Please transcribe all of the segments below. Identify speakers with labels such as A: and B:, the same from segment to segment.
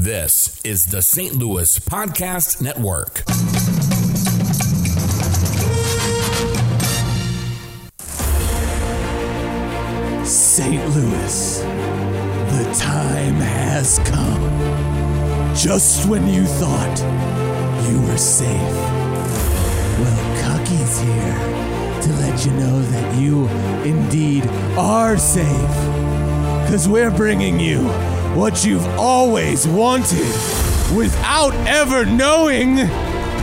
A: This is the St. Louis Podcast Network.
B: St. Louis, the time has come. Just when you thought you were safe, well, Cocky's here to let you know that you indeed are safe. Because we're bringing you what you've always wanted without ever knowing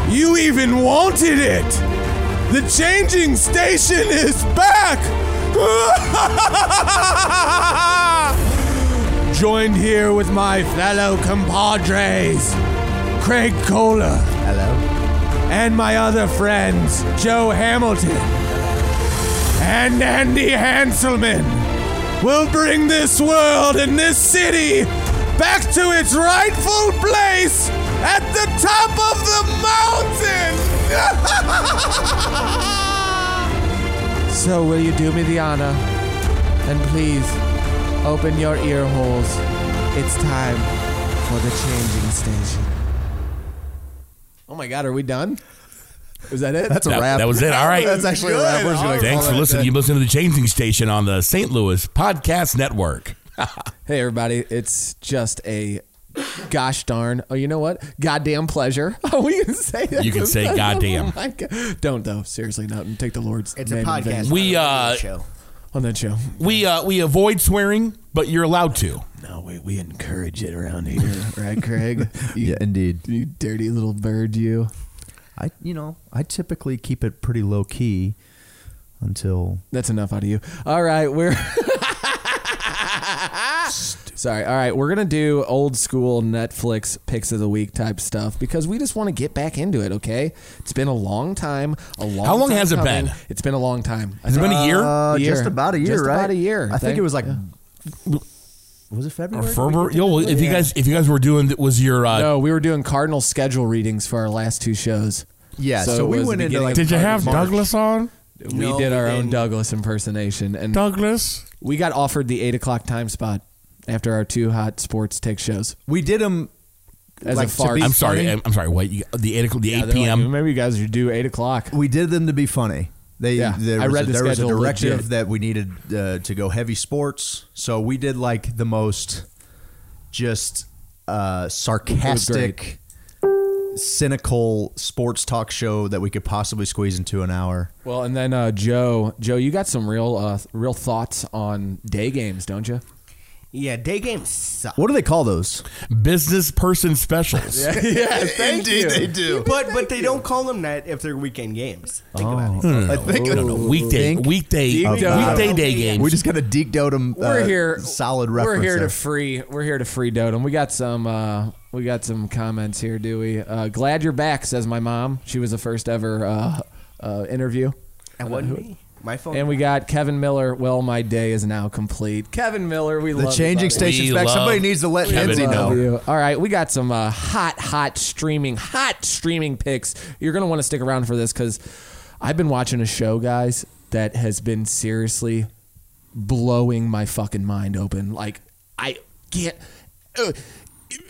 B: you even wanted it. The changing station is back! joined here with my fellow compadres, Craig Kohler. Hello. And my other friends, Joe Hamilton and Andy Hanselman. We'll bring this world and this city back to its rightful place at the top of the mountain. so, will you do me the honor? And please Open your ear holes. It's time for the changing station. Oh my god, are we done? Was that it?
C: That's a
A: That-
C: wrap.
A: that was it. All right.
C: That's actually a wrap. We're just gonna
A: Thanks
C: call
A: for
C: it a
A: listening.
C: day.
A: You listen to the Changing Station on the St. Louis Podcast Network.
B: Hey everybody, it's just a gosh darn. Oh, you know what? Goddamn pleasure. Oh, we can say that.
A: You can say goddamn.
B: Oh my God. Don't though. Seriously, not and take the Lord's
D: It's
B: name
D: a
B: in vain.
D: podcast.
A: We,
D: not a
A: uh,
D: show.
B: on that show.
A: We uh, we avoid swearing, but you're allowed to.
B: No, we we encourage it around here, right, Craig? You,
E: Yeah, indeed.
B: you dirty little bird, you.
E: I, you know, I typically keep it pretty low key until
B: That's enough out of you. All right, we're. Sorry. All right, we're gonna do old school Netflix picks of the week type stuff because we just want to get back into it. Okay, it's been a long time. A long.
A: How long
B: time
A: has it
B: coming.
A: been?
B: It's been a long time.
A: Has it been a year?
E: uh,
B: Year.
E: just about a year,
B: Just
E: right?
B: about a year.
E: I think
B: Thank-
E: it was like, was it
A: or
E: February?
A: Ferber? Yo, well, if you
B: Yeah.
A: guys if you guys were doing was your uh,
B: No, we were doing Cardinal schedule readings for our last two shows.
E: Yeah, so,
B: it
E: we
B: was
E: went
B: the
E: into
B: beginning
E: like.
B: of Did you have March.
F: Douglas on?
B: We
D: No,
B: did our
D: we
B: own
D: didn't.
B: Douglas impersonation, and
F: Douglas?
B: we got offered the eight o'clock time spot after our two hot sports take shows.
E: we did them.
B: As
E: like
B: a
E: to
B: fart.
E: be
A: I'm sorry,
E: funny.
A: I'm, I'm sorry. What you, the eight o'clock- the
B: Yeah,
A: eight
B: they're like,
A: p.m.
B: Maybe you guys should do eight o'clock.
E: we did them to be funny. They,
B: Yeah,
E: there
B: I
E: was
B: read
E: a,
B: the
E: there was a
B: schedule
E: directive
B: legit.
E: that we needed uh, to go heavy sports, so we did like the most just uh, sarcastic, cynical sports talk show that we could possibly squeeze into an hour.
B: Well, and then uh, Joe, Joe, you got some real, uh, real thoughts on day games, don't you?
D: Yeah, day games suck.
E: What do they call those?
A: business person specials.
B: yeah,
E: Indeed, they do.
D: But but they don't call them that if they're weekend games. Think about it.
B: Oh.
A: No, no, no,
E: I think-
A: no, no, no. weekday
E: Think-
A: weekday weekday uh, day games.
E: We just kind of deked them.
B: We're here.
E: uh, Solid reference.
B: We're here
E: there.
B: to free. We're here to free Dotem. We got some. Uh, we got some comments here. Do we? Uh, Glad you're back, says my mom. She was the first ever uh, uh, interview.
D: That wasn't me. My phone.
B: And we got Kevin Miller. Well, my day is now complete. Kevin Miller, we
E: the
B: love you,
E: changing
B: buddy.
E: station's
A: We
E: back. Somebody
A: love
E: needs to let
A: Kevin
E: Lindsay
B: Love
E: know.
B: you. All right, we got some uh, hot, hot streaming, hot streaming picks. You're gonna want to stick around for this because I've been watching a show, guys, that has been seriously blowing my fucking mind open. Like I can't. uh,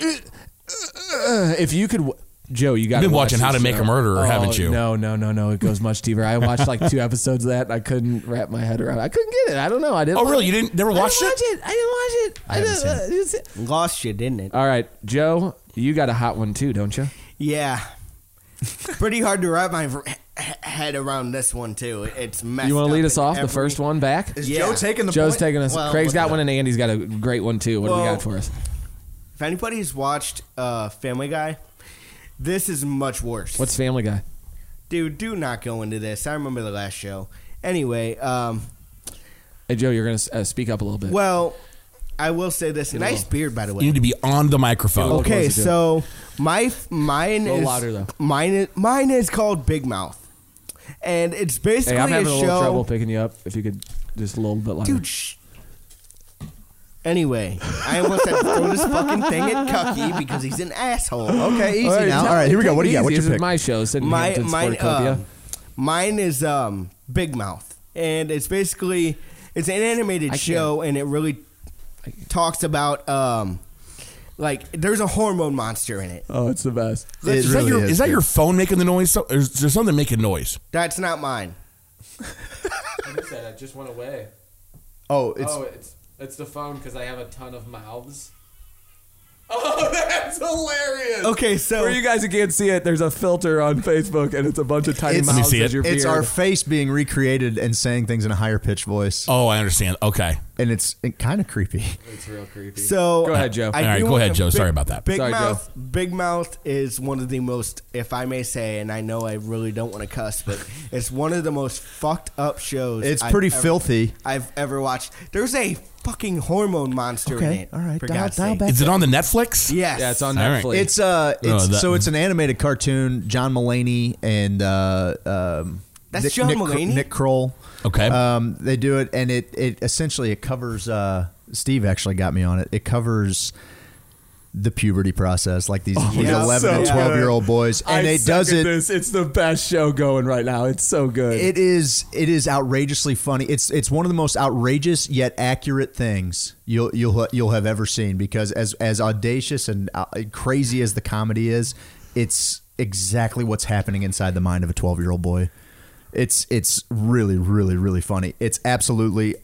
B: uh, uh, if you could. w- Joe, you got
A: been watching How to Make a Murderer,
B: oh,
A: haven't you?
B: No, no, no, no. It goes much deeper. I watched like two episodes of that. And I couldn't wrap my head around. it. I couldn't get it. I don't know. I didn't.
A: oh
B: like
A: really? You didn't never
B: I didn't
A: watched it?
B: watch it. I didn't uh, watch it. I,
D: haven't seen it.
B: didn't- I didn't see it.
D: lost you, didn't it?
B: All right, Joe, you got a hot one too, don't you?
D: Yeah. Pretty hard to wrap my he- head around this one too. It's messed
B: You want
D: up
B: to lead us
D: in
B: off
D: every-
B: the first one back?
E: Is
D: Yeah.
E: Joe taking the
B: Joe's
E: point?
B: taking us.
D: Well,
B: Craig's
D: look
B: got
D: it
B: one, and Andy's got a great one too. What do we
D: Well-
B: got for us?
D: If anybody's watched uh, Family Guy, this is much worse.
B: What's Family Guy?
D: dude? Do not go into this. I remember the last show. Anyway, um,
B: Hey, Joe, you're gonna uh, speak up a little bit.
D: well, I will say this. Nice beard, by the way.
A: You need to be on the microphone.
B: Oh,
D: Okay,
B: close the
D: so my mine
B: little
D: is
B: louder, though.
D: mine is mine is called Big Mouth, and it's basically
B: hey, I'm
D: a
B: having a
D: show.
B: little trouble picking you up. If you could just a little bit louder.
D: Dude, shh. Anyway, I almost had to throw this fucking thing at Cucky because he's an asshole.
E: Okay, easy
B: All right,
E: now.
B: tell-
E: All right, here we go. What do you
B: take it
E: got? What's
B: easy.
E: your
B: This is
E: pick? uh,
B: My show, Sidney
D: My,
B: Hampton's
D: mine,
B: Sportcopia.
D: um, mine is um, Big Mouth, and it's basically it's an animated
B: I
D: show, and it really talks about um, Like there's a hormone monster in it.
G: Oh, it's the best.
E: It
A: is that
E: really
A: your,
E: is
A: is that
E: good.
A: your phone making the noise? So- Or is there something making noise?
D: That's not mine.
B: What is that? I just went away.
E: Oh, it's
B: oh, it's it's the phone because I have a ton of mouths. Oh, that's hilarious.
D: Okay, so
G: For you guys who can't see it, there's a filter on Facebook, and it's a bunch of tiny
E: It's-
G: mouths.
E: Let me
A: see
G: as
A: it.
G: your
E: it's our
G: beard.
E: face being recreated and saying things in a higher pitch voice,
A: Oh, I understand. Okay.
E: and it's it, kind of creepy.
B: It's real creepy.
D: So
G: Go ahead, Joe.
D: I
A: All right,
D: do
A: go
D: want
A: ahead,
D: to-
A: Joe.
D: Big-
A: Sorry about that.
D: Big
G: Sorry, Joe.
D: mouth. Big mouth is one of the most, if I may say, and I know I really don't want to cuss, but it's one of the most fucked up shows.
E: It's
D: I've
E: pretty
D: ever-
E: filthy.
D: I've ever watched. There's a fucking hormone monster in
E: Okay,
D: it.
E: all right,
D: for
E: dial-
D: God's
E: dial
D: sake.
E: back.
A: Is it on the Netflix?
D: Yes.
G: Yeah, it's on
A: All right.
G: Netflix.
E: It's uh, it's
A: Oh, that-
E: so it's an animated cartoon. John Mulaney and uh, um,
D: That's
E: Nick,
D: John
E: Nick,
D: Mulaney?
E: Nick Kroll.
A: Okay.
E: um, they do it, and it it essentially it covers. Uh, Steve actually got me on it. It covers the puberty process, like these, these
G: yeah.
E: eleven and
G: So
E: twelve
G: good.
E: year old boys, and
G: I
E: it does
G: second
E: it.
G: This. It's the best show going right now. It's so good.
E: It is it is outrageously funny. It's it's one of the most outrageous yet accurate things you'll you'll you'll have ever seen because as as audacious and uh, crazy as the comedy is, it's exactly what's happening inside the mind of a 12-year-old boy. It's it's really really really funny. It's absolutely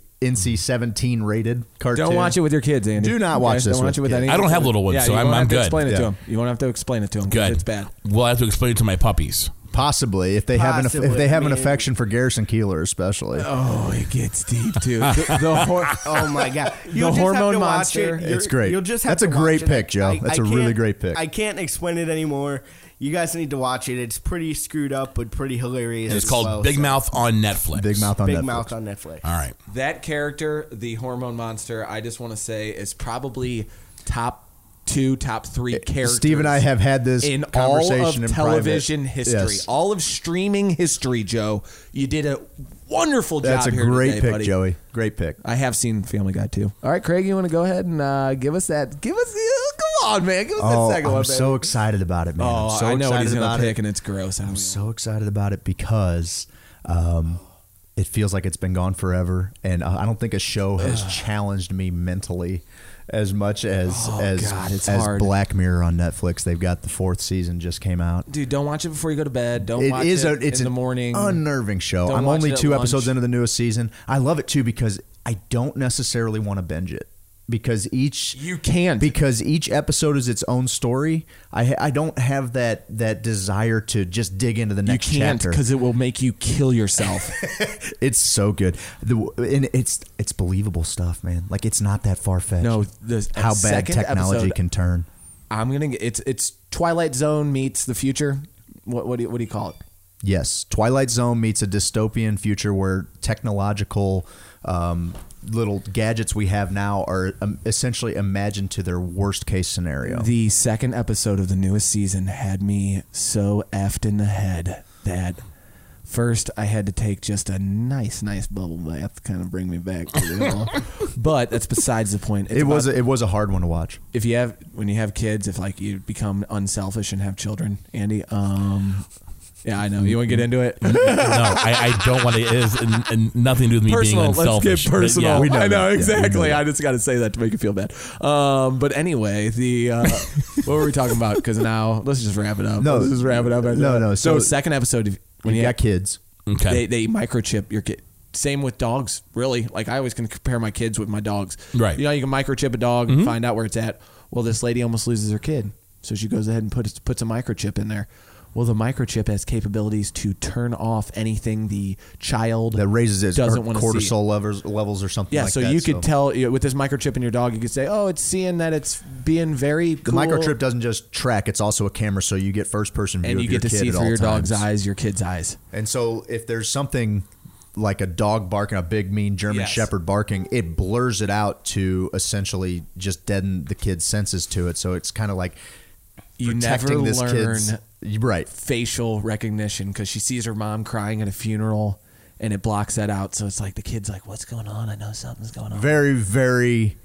E: NC-17 rated cartoon.
G: don't watch it with your kids, Andy.
E: Do not watch this
G: Don't watch
E: with
G: it with
E: kids.
G: any.
A: I don't have little ones,
G: yeah,
A: so
G: you
A: I'm-
G: won't
A: I'm
G: have to
A: good.
G: Explain it to
E: Yeah.
G: them. You won't have to explain it to them.
A: Good.
G: It's bad.
A: We'll have to explain it to my puppies.
E: possibly if they have an
D: Possibly,
E: if they have an
D: I mean-
E: affection for Garrison Keeler especially.
G: Oh, it gets deep too. the, the hor-
D: Oh my god! You'll just
G: hormone
D: have to watch
G: monster.
D: it.
E: It's
D: You're-
E: great.
D: You'll just have
E: That's a
D: to
E: great
D: watch it.
E: pick, Joe. That's
D: a
E: a really great pick.
D: I can't explain it anymore. You guys need to watch it. It's pretty screwed up, but pretty hilarious.
A: And it's
D: as
A: called
D: well,
A: Big
D: so-
A: Mouth on Netflix.
E: Big Mouth on
D: Big
E: Netflix.
D: Mouth on Netflix.
A: All right.
B: that character, the hormone monster, I just want to say is probably top two, top three characters.
E: Eh, Steve and I have had this
B: in all of
E: conversation in private.
B: television history,
E: Yes.
B: all of streaming history, Joe. You did a wonderful job.
E: That's a
B: here
E: great
B: today,
E: pick,
B: buddy.
E: Joey. Great pick.
B: I have seen Family Guy too. All right, Craig, you want to go ahead and uh, give us that? Give us, uh, come on, man, give us
E: Oh,
B: that second
E: I'm
B: one, baby.
E: so excited about it, man.
B: oh,
E: I'm so
B: I know what
E: excited
B: he's gonna
E: about
B: pick,
E: it.
B: and it's gross. I don't
E: I'm so excited about it because um, it feels like it's been gone forever, and I I don't think a show has challenged me mentally as much as as
B: Oh, God, it's
E: as
B: hard.
E: Black Mirror on Netflix. They've got the fourth season just came out.
B: dude, don't watch it before you go to bed. Don't watch
E: is
B: it
E: a, it's
B: in the
E: an
B: morning.
E: unnerving show.
B: Don't
E: I'm
B: watch
E: only
B: it at
E: two episodes
B: lunch.
E: into the newest season. I love it too because I don't necessarily want to binge it because each
B: You can't.
E: because each episode is its own story. I I don't have that that desire to just dig into the
B: you
E: next
B: can't
E: chapter.
B: because it will make you kill yourself.
E: it's so good. The, and it's it's believable stuff, man. Like it's not that far fetched.
B: No, the- a
E: how bad
B: second
E: technology
B: episode-
E: can turn.
B: I'm gonna. Get, it's it's Twilight Zone meets the future. What what do you, what do you call it?
E: Yes, Twilight Zone meets a dystopian future where technological um, little gadgets we have now are um, essentially imagined to their worst case scenario.
B: The second episode of the newest season had me so effed in the head that first I had to take just a nice, nice bubble bath to kind of bring me back to the whole. But that's besides the point. It's
E: it was
B: about-
E: a, it was a hard one to watch.
B: if you have when you have kids, if like you become unselfish and have children, Andy. Um, yeah, I know you want to get into it.
A: no, I, I don't want to. It has n- n- nothing to do with me
G: personal.
A: being
G: Let's
A: unselfish.
G: get
A: but
G: personal.
A: yeah.
G: I know
E: that. Yeah, we
G: exactly.
E: know
G: I just got to say that to make you feel bad. Um, but anyway, the uh, what were we talking about? Because now let's just wrap it up.
E: No.
G: let's just wrap it up.
E: No, no,
G: So,
E: so-
B: second episode of-
E: When
B: when
E: you
B: you
E: got kids,
A: Okay.
B: They they microchip your kid. Same with dogs, really. Like I always can compare my kids with my dogs.
A: Right.
B: You know, you can microchip a dog and find out where it's at. Well, this lady almost loses her kid, so she goes ahead and puts puts a microchip in there. Well, the microchip has capabilities to turn off anything the child
E: that raises its
B: doesn't want to see.
E: cortisol levels levels or something.
B: Yeah,
E: like
B: so
E: that,
B: you could tell you know, with this microchip in your dog, you could say, "Oh, it's seeing that it's being very
E: The
B: cool.
E: microchip doesn't just track; it's also a camera, so you get first person view
B: and
E: of
B: you
E: your
B: get to
E: kid
B: see
E: at
B: through
E: all
B: your dog's
E: times.
B: eyes, your kid's eyes."
E: And so if there's something like a dog barking, a big mean German
B: Yes.
E: Shepherd barking, it blurs it out to essentially just deaden the kid's senses to it. So it's kind of like
B: You
E: protecting
B: never
E: this
B: learn
E: kid's right.
B: facial recognition because she sees her mom crying at a funeral and it blocks that out. So it's like the kid's like, "What's going on? I know something's going on."
E: Very, very.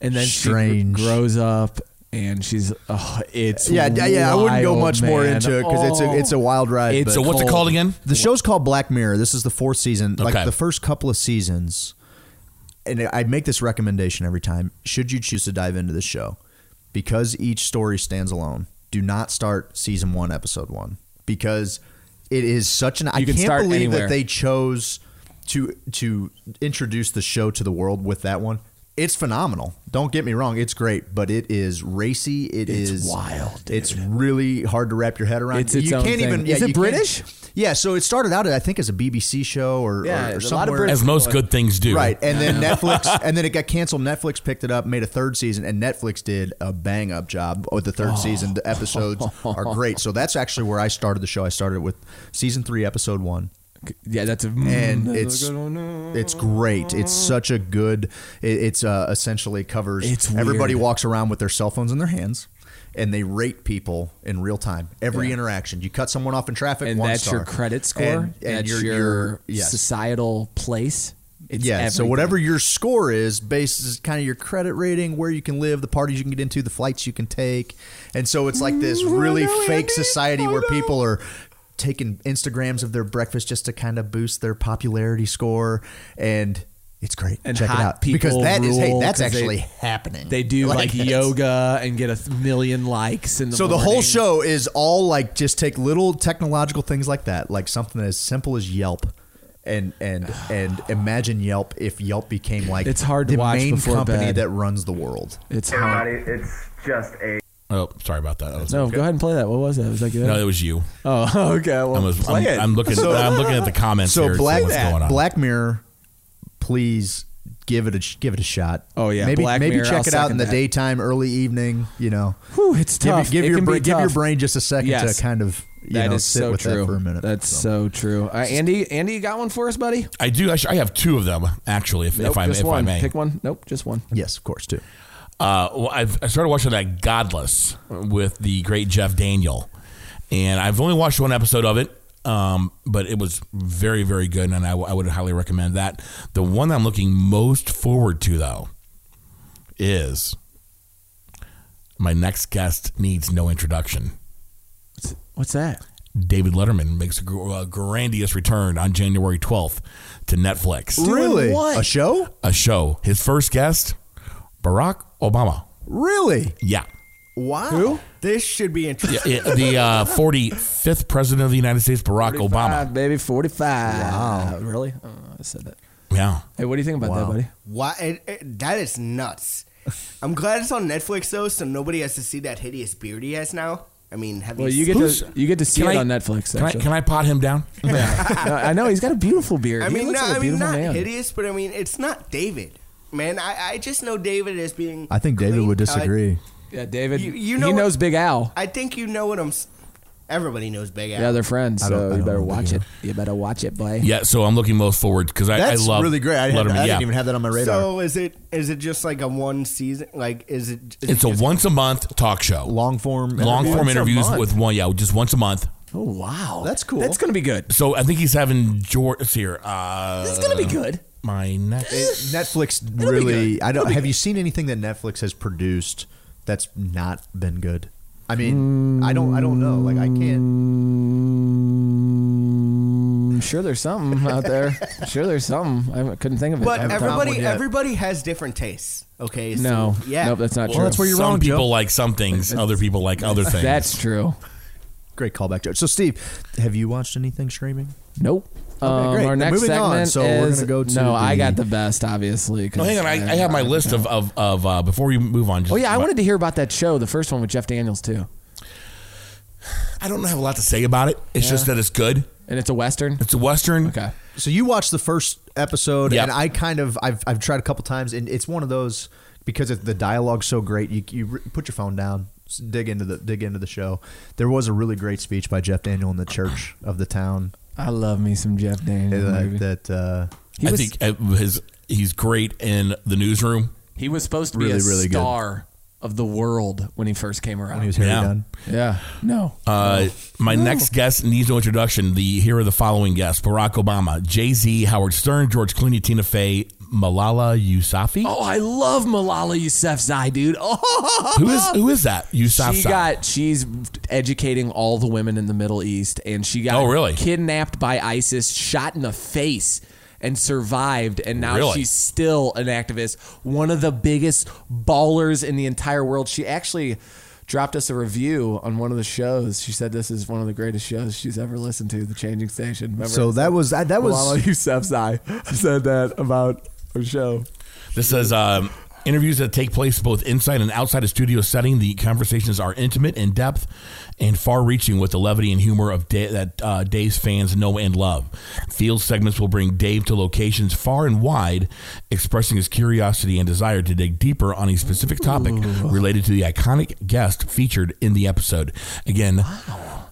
B: and then
E: strange.
B: she gr- grows up and she's, oh, it's
E: Yeah, yeah, yeah. I wouldn't go
B: wild,
E: much more
B: man.
E: into it because it's
B: Oh.
E: a it's a wild ride.
B: It's
E: but-
A: so what's it called again?
E: The show's called Black Mirror. This is the fourth season.
A: Okay.
E: Like the first couple of seasons, and I make this recommendation every time: should you choose to dive into this show, because each story stands alone. Do not start season one, episode one, because it is such an. I
B: You can
E: can't
B: start
E: believe
B: anywhere.
E: that they chose to to introduce the show to the world with that one. It's phenomenal. Don't get me wrong; it's great, but it is racy. it's
B: wild,
E: It's really hard to wrap your head around.
B: It's its
E: you
B: own
E: can't
B: thing.
E: even. Yeah,
B: Is it
E: you can't-
B: British?
E: Yeah, so it started out, I think, as a BBC show or,
B: Yeah,
E: or, or
B: there's a lot of
E: somewhere.
A: As most good things do.
E: Right, and then Netflix, and then it got canceled. Netflix picked it up, made a third season, and Netflix did a bang up job with the third season. The episodes are great, so that's actually where I started the show. I started with season three, episode one,
B: Yeah, that's a mm.
E: and
B: that's a
E: it's
B: good one.
E: it's great. It's such a good. It, it's uh, essentially covers.
B: It's
E: everybody
B: weird.
E: walks around with their cell phones in their hands. And they rate people in real time. Every interaction, you cut someone off in traffic,
B: and
E: one
B: that's your
E: star.
B: credit score.
E: And, and
B: that's your,
E: your, yes.
B: societal place. It's
E: yeah. So
B: everything.
E: whatever your score is, bases kind of your credit rating, where you can live, the parties you can get into, the flights you can take, and so it's like
B: Mm-hmm.
E: this really fake society where people are taking Instagrams of their breakfast just to kind of boost their popularity score, and it's great.
B: And
E: Check
B: hot
E: it out
B: people
E: because that is hey,
B: rule
E: that's
B: 'cause they-
E: actually happening.
B: they do like,
E: it's-
B: yoga and get a th- million likes. In the
E: so the whole
B: morning.
E: show is all like just take little technological things like that, like something as simple as Yelp. And and and imagine Yelp if Yelp became like
B: It's hard to
E: the
B: watch
E: main
B: before
E: company
B: bed.
E: that runs the world.
B: It's hot.
H: Everybody, it's just a
A: Oh, sorry about that. That was-
B: No, go ahead and play that. What was that? Was that good?
A: No, it was you.
B: oh, okay. Well,
A: I was,
B: play
A: I'm,
B: it.
A: I'm looking. I'm looking at the comments.
E: So
A: here, to see
E: Black uh,
A: what's going on.
E: Black Mirror, please give it a sh- give it a shot.
B: Oh, yeah,
E: maybe
B: Black
E: maybe
B: Mirror,
E: check
B: I'll
E: it out
B: second
E: in the
B: that.
E: daytime, early evening. You know,
B: Whew, it's
E: give,
B: tough.
E: give
B: It
E: your
B: can
E: bra-
B: be
E: give your
B: tough.
E: brain just a second
B: Yes.
E: to kind of you
B: That
E: know
B: is
E: sit
B: so
E: with
B: true.
E: that for a minute.
B: That's so true. Uh, Andy, Andy, you got one for us, buddy?
A: I do. Actually, I have two of them actually. If,
B: Nope,
A: if I
B: just
A: if
B: one.
A: I may.
B: Pick one. Nope, just one.
E: yes, of course too.
A: Uh, well, I've, I started watching that Godless with the great Jeff Daniel, and I've only watched one episode of it, um, but it was very, very good, and I, I would highly recommend that. The one I'm looking most forward to, though, is my next guest needs no introduction.
B: What's that?
A: David Letterman makes a, gr- a grandiose return on January 12th to Netflix.
E: really,
B: what?
E: a show?
A: A show. His first guest, Barack Obama.
E: Really?
A: Yeah.
D: Wow. This should be interesting.
A: Yeah, the uh, 45th president of the United States, Barack Obama.
B: Five, baby, forty-five. Wow, really? Oh, I said that.
A: Yeah.
B: Hey, what do you think about that, buddy?
D: Why? It, it, that is nuts. I'm glad it's on Netflix though, so nobody has to see that hideous beard he has now. I mean, have
B: Well,
D: you
B: you get
A: Who's-
B: to you get to see
A: Can
B: it
A: I-
B: on Netflix.
A: Can I,
B: actually.
A: can I pot him down?
B: No, I know he's got a beautiful beard.
D: I
B: He
D: mean,
B: looks
D: not,
B: like a
D: I mean,
B: beautiful
D: not
B: man.
D: hideous, but I mean, it's not David. Man, I, I just know David as being.
E: I think David
D: clean
E: would
D: cut.
E: disagree.
B: yeah, David.
D: You- you know
B: he
D: what-
B: knows Big Al.
D: I think you know what I'm. s- Everybody knows Big Al.
B: Yeah, they're friends.
E: I don't- I
B: So you
E: don't
B: better
E: know Big
B: watch
E: Al.
B: it. You better watch it, boy.
A: Yeah, so I'm looking most forward because I, I
E: That's
A: love
E: really great. I, had,
A: Letterman.
E: I
A: yeah.
E: didn't even have that on my radar.
D: So is it is it just like a one season? Like is it? Is
A: it's
D: it
A: a
D: just-
A: once a month talk show.
E: long form,
A: Long form
E: interviews? Once a
A: interviews
E: month.
A: with one, yeah, just once a month.
B: Oh wow,
E: That's cool.
B: That's gonna be good.
A: So I think he's having George it's here. Uh,
B: This is gonna be good.
A: My next.
E: Netflix really. I don't. Have you seen anything that Netflix has produced that's not been good? I mean, I don't. I don't know. Like I can't.
B: I'm Mm, sure there's something out there. I'm sure there's something. I couldn't think of it.
D: But
B: I haven't found
D: everybody
B: one yet.
D: everybody has different tastes. Okay. So,
B: No.
D: Yeah.
B: Nope, that's not
A: Well,
B: true.
E: that's where you're
A: some
E: wrong,
A: people
E: Joe.
A: like some things, other people like other things.
B: That's true.
E: Great callback, Joe. So Steve, have you watched anything streaming?
B: Nope. um,
E: great.
B: Our
E: Then
B: next
E: moving
B: segment
E: on. So we're
B: is
E: gonna go to
B: no. I
E: the-
B: got the best, obviously. 'cause
A: No, Oh, hang on. I, I have my list of of, of uh, before we move on. Just,
B: Oh yeah, I wanted to hear about that show, the first one with Jeff Daniels too,
A: I don't have a lot to say about it. It's just that it's good.
B: and it's a western.
A: It's a western.
B: Okay.
E: So you watched the first episode,
A: Yep.
E: and I kind of. I've I've tried a couple times, and it's one of those because if the dialogue's so great, you you re- put your phone down. s- Dig into the dig into the show. There was a really great speech by Jeff Daniel in the church of the town
B: I love me some Jeff Daniels. baby.
E: that, that uh,
B: He
A: I
B: was
A: think uh, his he's great in the newsroom.
B: he was supposed to be
E: Really,
B: a
E: really good.
B: star of the world when he first came around.
E: when he was Harry
A: Yeah.
E: Dunn.
B: yeah. No. Oh,
A: Uh, my next guest needs no introduction. The here are the following guests: Barack Obama, Jay Z, Howard Stern, George Clooney, Tina Fey, Malala Yousafzai.
B: Oh, I love Malala Yousafzai, dude. Oh,
A: Who is who is that? Yousafzai.
B: she got she's educating all the women in the Middle East, and she got
A: Oh, really?
B: kidnapped by ISIS, shot in the face, and survived, and now
A: Really?
B: she's still an activist, one of the biggest ballers in the entire world. She actually dropped us a review on one of the shows. She said this is one of the greatest shows she's ever listened to, The Changing Station. Remember?
E: So that was that, that
B: Malala
E: was
B: Yousafzai said that about her show.
A: This says um, interviews that take place both inside and outside a studio setting. The conversations are intimate, in depth, and far reaching with the levity and humor of da- that uh, Dave's fans know and love. Field segments will bring Dave to locations far and wide, expressing his curiosity and desire to dig deeper on a specific topic related to the iconic guest featured in the episode. Again,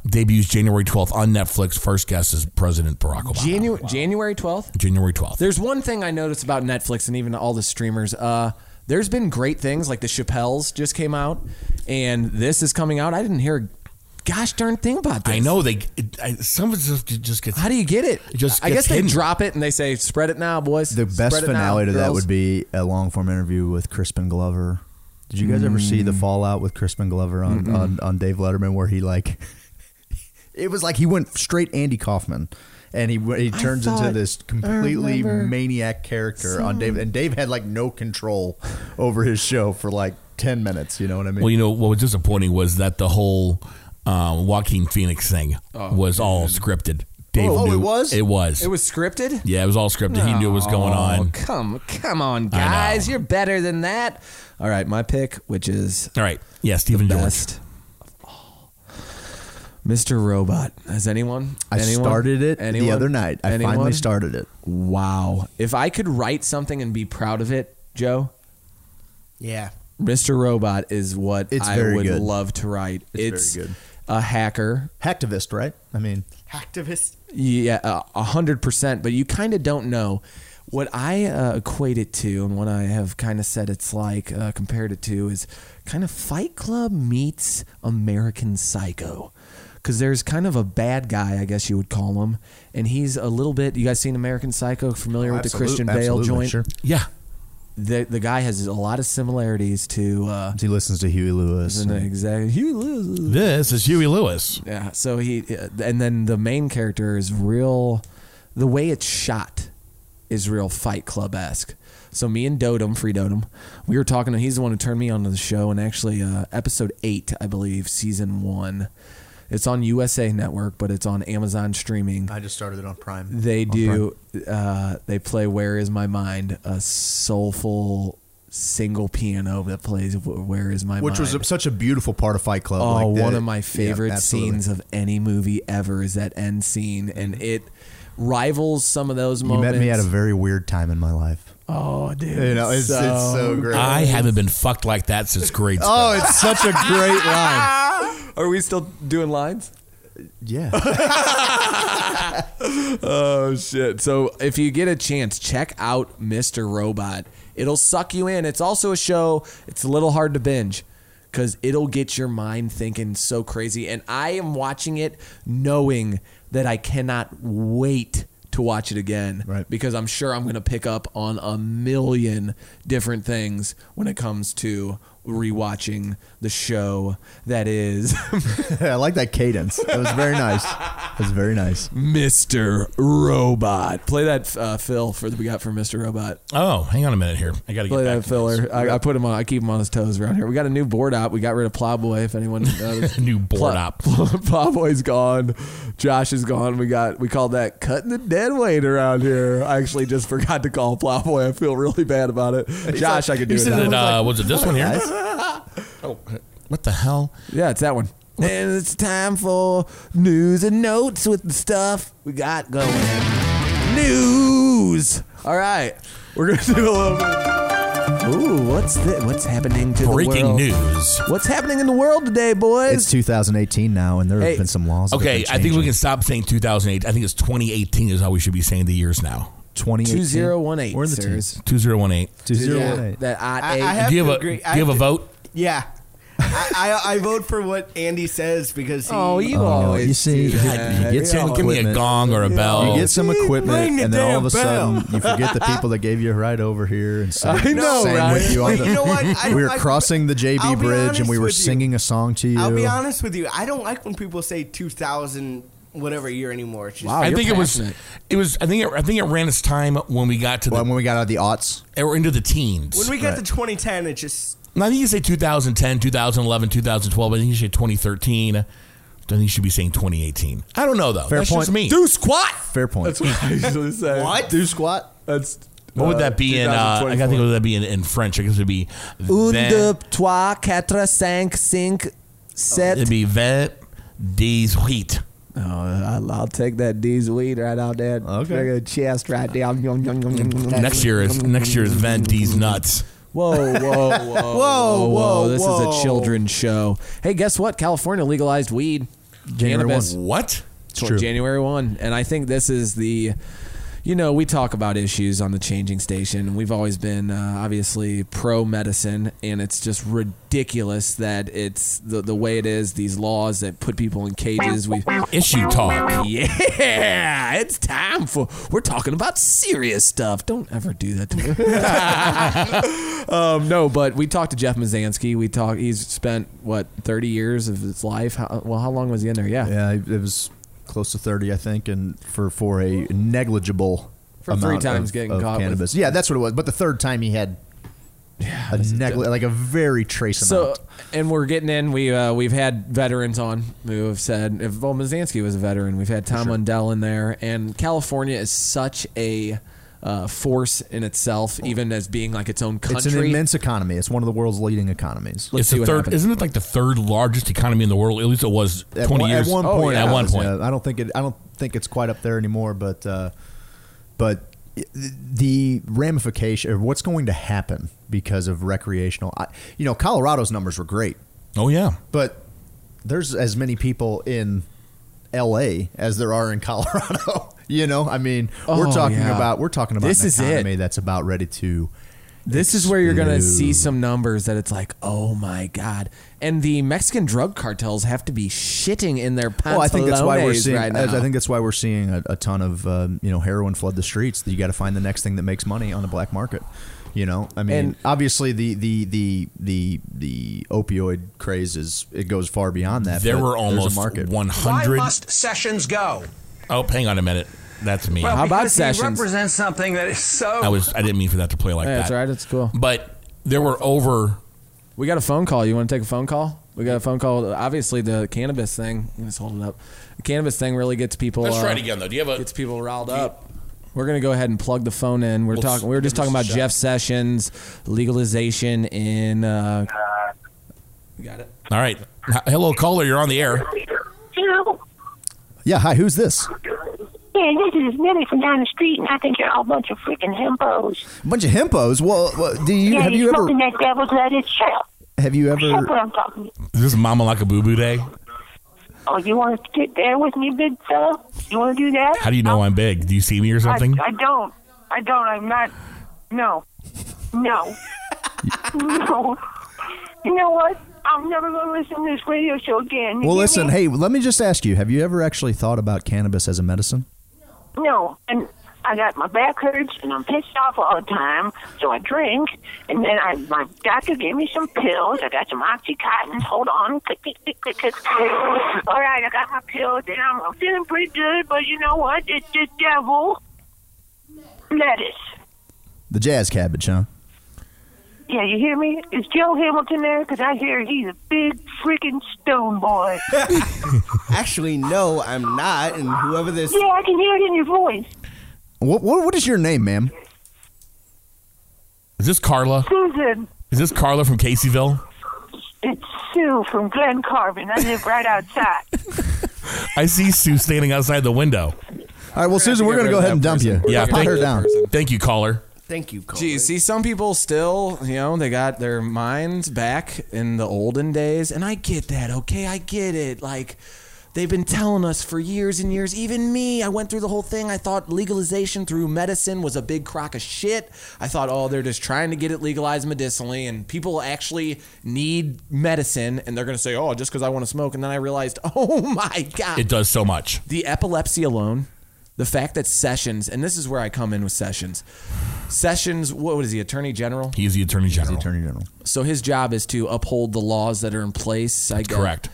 A: debuts January 12th on Netflix. First guest is President Barack Obama.
B: Janu- January 12th?
A: January 12th.
B: There's one thing I noticed about Netflix and even all the streamers. Uh, there's been great things like the Chappelle's just came out, and this is coming out. I didn't hear a gosh darn thing about this.
A: I know they. It, I, some of it just gets
B: How do you get it?
A: It just
B: I guess
A: gets
B: they
A: hidden.
B: drop it and they say, "Spread it now, boys."
E: the best
B: Spread it now,
E: finale to that
B: girls."
E: would be a long form interview with Crispin Glover. Did you guys ever see
B: Mm.
E: the fallout with Crispin Glover on, on, on Dave Letterman where he like it was like he went straight Andy Kaufman and he he turns into
B: thought-
E: this
B: I
E: completely
B: remember
E: maniac character on Dave and Dave had like no control over his show for like 10 minutes, you know what I mean?
A: Well, you know what was disappointing was that the whole uh, Joaquin Phoenix thing was all scripted. Dave
E: Oh,
A: knew,
E: it was?
A: It was.
B: It was scripted.
A: Yeah, it was all scripted. he knew what was going
B: Oh,
A: on.
B: come, come on, guys! You're better than that. All right, my pick, which is
A: All right. Yeah, Stephen George.
B: best of all. Mr. Robot. Has anyone?
E: I
B: anyone?
E: started it
B: Anyone?
E: the other night. I
B: Anyone?
E: finally started it.
B: Wow. If I could write something and be proud of it, Joe,
D: Yeah.
B: Mr. Robot is what
E: It's
B: I
E: very
B: would
E: good.
B: love to write.
E: It's very good.
B: a hacker.
E: Hacktivist, right? I mean,
D: Hacktivist.
B: Yeah, uh, a hundred percent. But you kind of don't know what I uh, equate it to, and what I have kind of said it's like uh, compared it to is kind of Fight Club meets American Psycho, because there's kind of a bad guy, I guess you would call him, and he's a little bit. You guys seen American Psycho? Familiar with the
E: Oh, absolute-
B: Christian Bale
E: absolutely,
B: joint?
E: sure.
A: Yeah.
B: The the guy has a lot of similarities to. Uh,
E: he listens to Huey Lewis.
B: isn't it exactly. Hugh Lewis.
A: This is Huey Lewis.
B: Yeah. So he, uh, and then the main character is real. The way it's shot is real Fight Club esque. So me and Dotem, Free Dotem, we were talking. to He's the one who turned me onto the show, and actually, uh, episode eight, I believe, season one. It's on USA Network, but it's on Amazon streaming.
E: I just started it on Prime.
B: They
E: On
B: do. Uh, they play "Where Is My Mind," a soulful single piano that plays "Where Is My
E: which
B: Mind,"
E: was a, such a beautiful part of Fight Club.
B: Oh,
E: like the-
B: one of
E: yeah,
B: my favorite
E: absolutely. Mm-hmm.
B: scenes of any movie ever is that end scene, and it rivals some of those
E: You
B: moments.
E: met me at a very weird time in my life.
B: oh, dude,
E: You know, it's so, it's so great.
A: I haven't been fucked like that since grade school.
E: oh, it's such a great line.
B: Are we still doing lines?
E: Yeah,
B: Oh shit! So if you get a chance, check out Mr. Robot. It'll suck you in. It's also a show. It's a little hard to binge because it'll get your mind thinking so crazy. And I am watching it knowing that I cannot wait to watch it again
E: Right.
B: because I'm sure I'm going to pick up on a million different things when it comes to rewatching the show that is
E: I like that cadence. It was very nice. It was very nice.
B: Mr. Robot. Play that uh, Phil for we got for Mr. Robot.
A: Oh, hang on a minute here. I got to get
B: Play
A: back
B: that
A: to
B: filler. I, I put him on. I keep him on his toes around here. We got a new board op. We got rid of Plowboy. If anyone knows,
A: New board op.
B: Plowboy's gone. Josh is gone. We got. We called that cutting the dead weight around here. I actually just forgot to call Plowboy. I feel really bad about it. Josh, I could do
A: He
B: it.
A: said
B: now.
A: it, uh, was it this one here? Oh, what the hell?
B: Yeah, it's that one. And it's time for news and notes with the stuff we got going. News. All right, we're gonna do a little. Bit. Ooh, what's the, what's happening to the
A: Breaking
B: world?
A: news.
B: What's happening in the world today,
E: It's
B: boys?
E: 2018 now, and there
B: Hey,
E: have been some laws. that have
A: Okay,
E: been
A: I think we
E: changing.
A: can stop saying 2008. I think it's 2018 is how we should be saying the years now.
E: 2018.
B: 2018,
E: We're in the
B: sirs.
E: teens.
A: 2018.
E: 2018.
B: That I,
D: I- I have
A: Do you
D: to
A: have a
D: agree.
A: do
D: I
A: you have a
D: to-
A: vote?
D: Yeah. I, I, I vote for what Andy says because he,
B: Oh, you
E: Oh,
B: always
E: you see,
B: do
E: God,
B: that.
E: you get some
A: Give me a
E: equipment.
A: gong or a bell.
E: You get some
D: ring
E: equipment,
D: the
E: and then all of a
D: damn bell.
E: sudden, you forget the people that gave you a ride over here and sang,
B: I know,
E: sang
B: right?
E: with you. On the,
D: You know what? I
E: we were
D: like-
E: crossing the JB
D: I'll be
E: Bridge, and
D: honest
E: we were
D: with you.
E: singing a song to you.
D: I'll be honest with you. I don't like when people say 2000 whatever year anymore. It's just,
I: Wow. Oh,
A: I
I: you're
A: think it was,
I: passionate.
A: it was. I think it, I think it ran its time when we got to
E: Well,
A: the
E: when we got out of the aughts,
A: or into the teens.
D: When we got to 2010, it just
A: Now, I think you say 2010, 2011, 2012. I think you say 2013. I think you should be saying 2018. I don't know though.
E: Fair
A: That's
E: point.
A: just me.
I: Do squat.
E: fair point.
I: That's what I usually say.
E: what? Do squat?
I: That's
A: What would that be in? Uh, I gotta think. What would that be in, in French? I guess it'd be.
B: deux,
A: Then,
B: trois, quatre, cinq, cinq, sept.
A: it'd be vingt des huit.
B: Oh, I'll, I'll take that D's weed right out there.
E: Okay.
B: Take a chest right there. Yum, yum, yum, yum, yum.
A: Next year is next year is vingt des nuts.
B: Whoa, whoa, whoa, whoa, whoa,
E: whoa,
B: This is
E: whoa.
B: a children's show. Hey, guess what? California legalized weed.
E: January
B: Cannabis.
A: What?
B: Tw- January 1. And I think this is the, you know, we talk about issues on the changing station. We've always been uh, obviously pro medicine, and it's just ridiculous that it's the, the way it is, these laws that put people in cages. We.
A: Issue talk.
B: Yeah, it's time for. We're talking about serious stuff. Don't ever do that to me. um, no, but we talked to Jeff Mazansky. We talked. He's spent what thirty years of his life. How, well, how long was he in there? Yeah,
E: Yeah, it it was close to thirty, I think, and for for a negligible
B: For three
E: amount
B: times
E: of,
B: getting
E: of
B: caught with-
E: cannabis. yeah, that's what it was. But the third time he had a negli- like a very trace
B: So,
E: amount.
B: and we're getting in. We uh, we've had veterans on who have said if well, Mazansky was a veteran. We've had Tom Undell in there, and California is such a uh, force in itself, even as being like its own country.
E: It's an immense economy. It's one of the world's leading economies.
A: It's
B: see
A: the
B: what
A: third.
B: happens.
A: Isn't it like the third largest economy in the world? At least it was
E: At
A: 20
E: one-
A: years
E: at one
B: Oh,
E: point.
A: At
E: it
A: one
E: was,
A: point.
E: yeah. I don't think it. I don't think it's quite up there anymore. But uh, but th- the ramification of what's going to happen because of recreational, I, you know, Colorado's numbers were great,
A: Oh yeah.
E: but there's as many people in L.A. as there are in Colorado. you know, I mean, we're
B: Oh,
E: talking
B: yeah.
E: about we're talking about
B: This
E: an
B: is it.
E: economy that's about ready to.
B: This is where you're going to see
E: Explode.
B: some numbers that it's like, oh my god! And the Mexican drug cartels have to be shitting in their pants.
E: Well, I think that's why we're seeing.
B: Right now.
E: I think that's why we're seeing a, a ton of um, you know heroin flood the streets. You got to find the next thing that makes money on the black market. You know, I mean,
B: And-
E: obviously the the the the the opioid craze is it goes far beyond that.
A: There
E: but
A: were
E: there's a
A: almost
E: market.
A: 100.
J: sessions go?
A: Oh, hang on a minute. That's me.
B: How about sessions?
J: represents something that is so
A: I was. I didn't mean for that to play like
B: Yeah,
A: that.
B: that's all right. It's cool.
A: But there were over.
B: We got a phone call. You want to take a phone call? We got a phone call. Obviously, the cannabis thing. Let's hold it up. The cannabis thing really gets people.
A: Let's try
B: uh,
A: it again though. Do you have a?
B: Gets people riled up. We're gonna go ahead and plug the phone in. We're
A: We'll
B: talking. We were
A: give
B: just talking
A: this a
B: about
A: shot.
B: Jeff Sessions legalization in. Uh,
A: all right. H- Hello, caller. You're on the air.
K: Hello.
E: Yeah. Hi. Who's this?
K: Yeah, this is Millie from down the street, and I think you're all a bunch of freaking himbos.
E: A bunch of himpos. Well, well do you
K: yeah,
E: have
K: you're
E: you ever
K: smoking that devil's lettuce. Shut up.
E: have you
K: Shut up
E: ever
K: what I'm talking.
A: Is this Mama Like a Boo Boo Day?
K: Oh, you want to get there with me, big fella? You want to do that?
A: How do you know I'm big? Do you see me or
K: I,
A: something?
K: I don't. I don't. I'm not. No. No. no. You know what? I'm never going to listen to this radio show again. You
E: well
K: hear
E: listen?
K: me?
E: Hey, let me just ask you: Have you ever actually thought about cannabis as a medicine?
K: No, and I got my back hurts and I'm pissed off all the time, so I drink. And then I, my doctor gave me some pills. I got some oxycontins. Hold on, click, click, click, click, click. All right, I got my pills, and I'm feeling pretty good. But you know what? It's the devil lettuce.
E: The jazz cabbage, huh?
K: Yeah, you hear me? Is Joe Hamilton there? Because I hear he's a big freaking stone boy.
D: actually no, I'm not. And whoever this
K: yeah, I can hear it in your voice,
E: What what, what is your name, ma'am?
A: Is this Carla?
K: Susan.
A: Is this Carla from Caseyville?
K: It's Sue from Glen Carbon. I live right outside.
A: I see Sue standing outside the window.
E: All right, well, Susan, we're going to go ahead and dump you.
A: Yeah,
E: pot
A: thank
E: her
A: you.
E: down.
A: Thank you, caller.
D: thank you, Cole.
B: Gee, see, some people still, you know, they got their minds back in the olden days, and I get that, okay? I get it. Like, they've been telling us for years and years. Even me, I went through the whole thing. I thought legalization through medicine was a big crock of shit. I thought, oh, they're just trying to get it legalized medicinally, and people actually need medicine, and they're going to say, oh, just because I want to smoke. And then I realized, oh my God
A: It does so much.
B: the epilepsy alone, the fact that Sessions, and this is where I come in with Sessions. Sessions, what is he, Attorney General?
A: He's the Attorney General.
E: Attorney General.
B: So his job is to uphold the laws that are in place. I get-
A: Correct.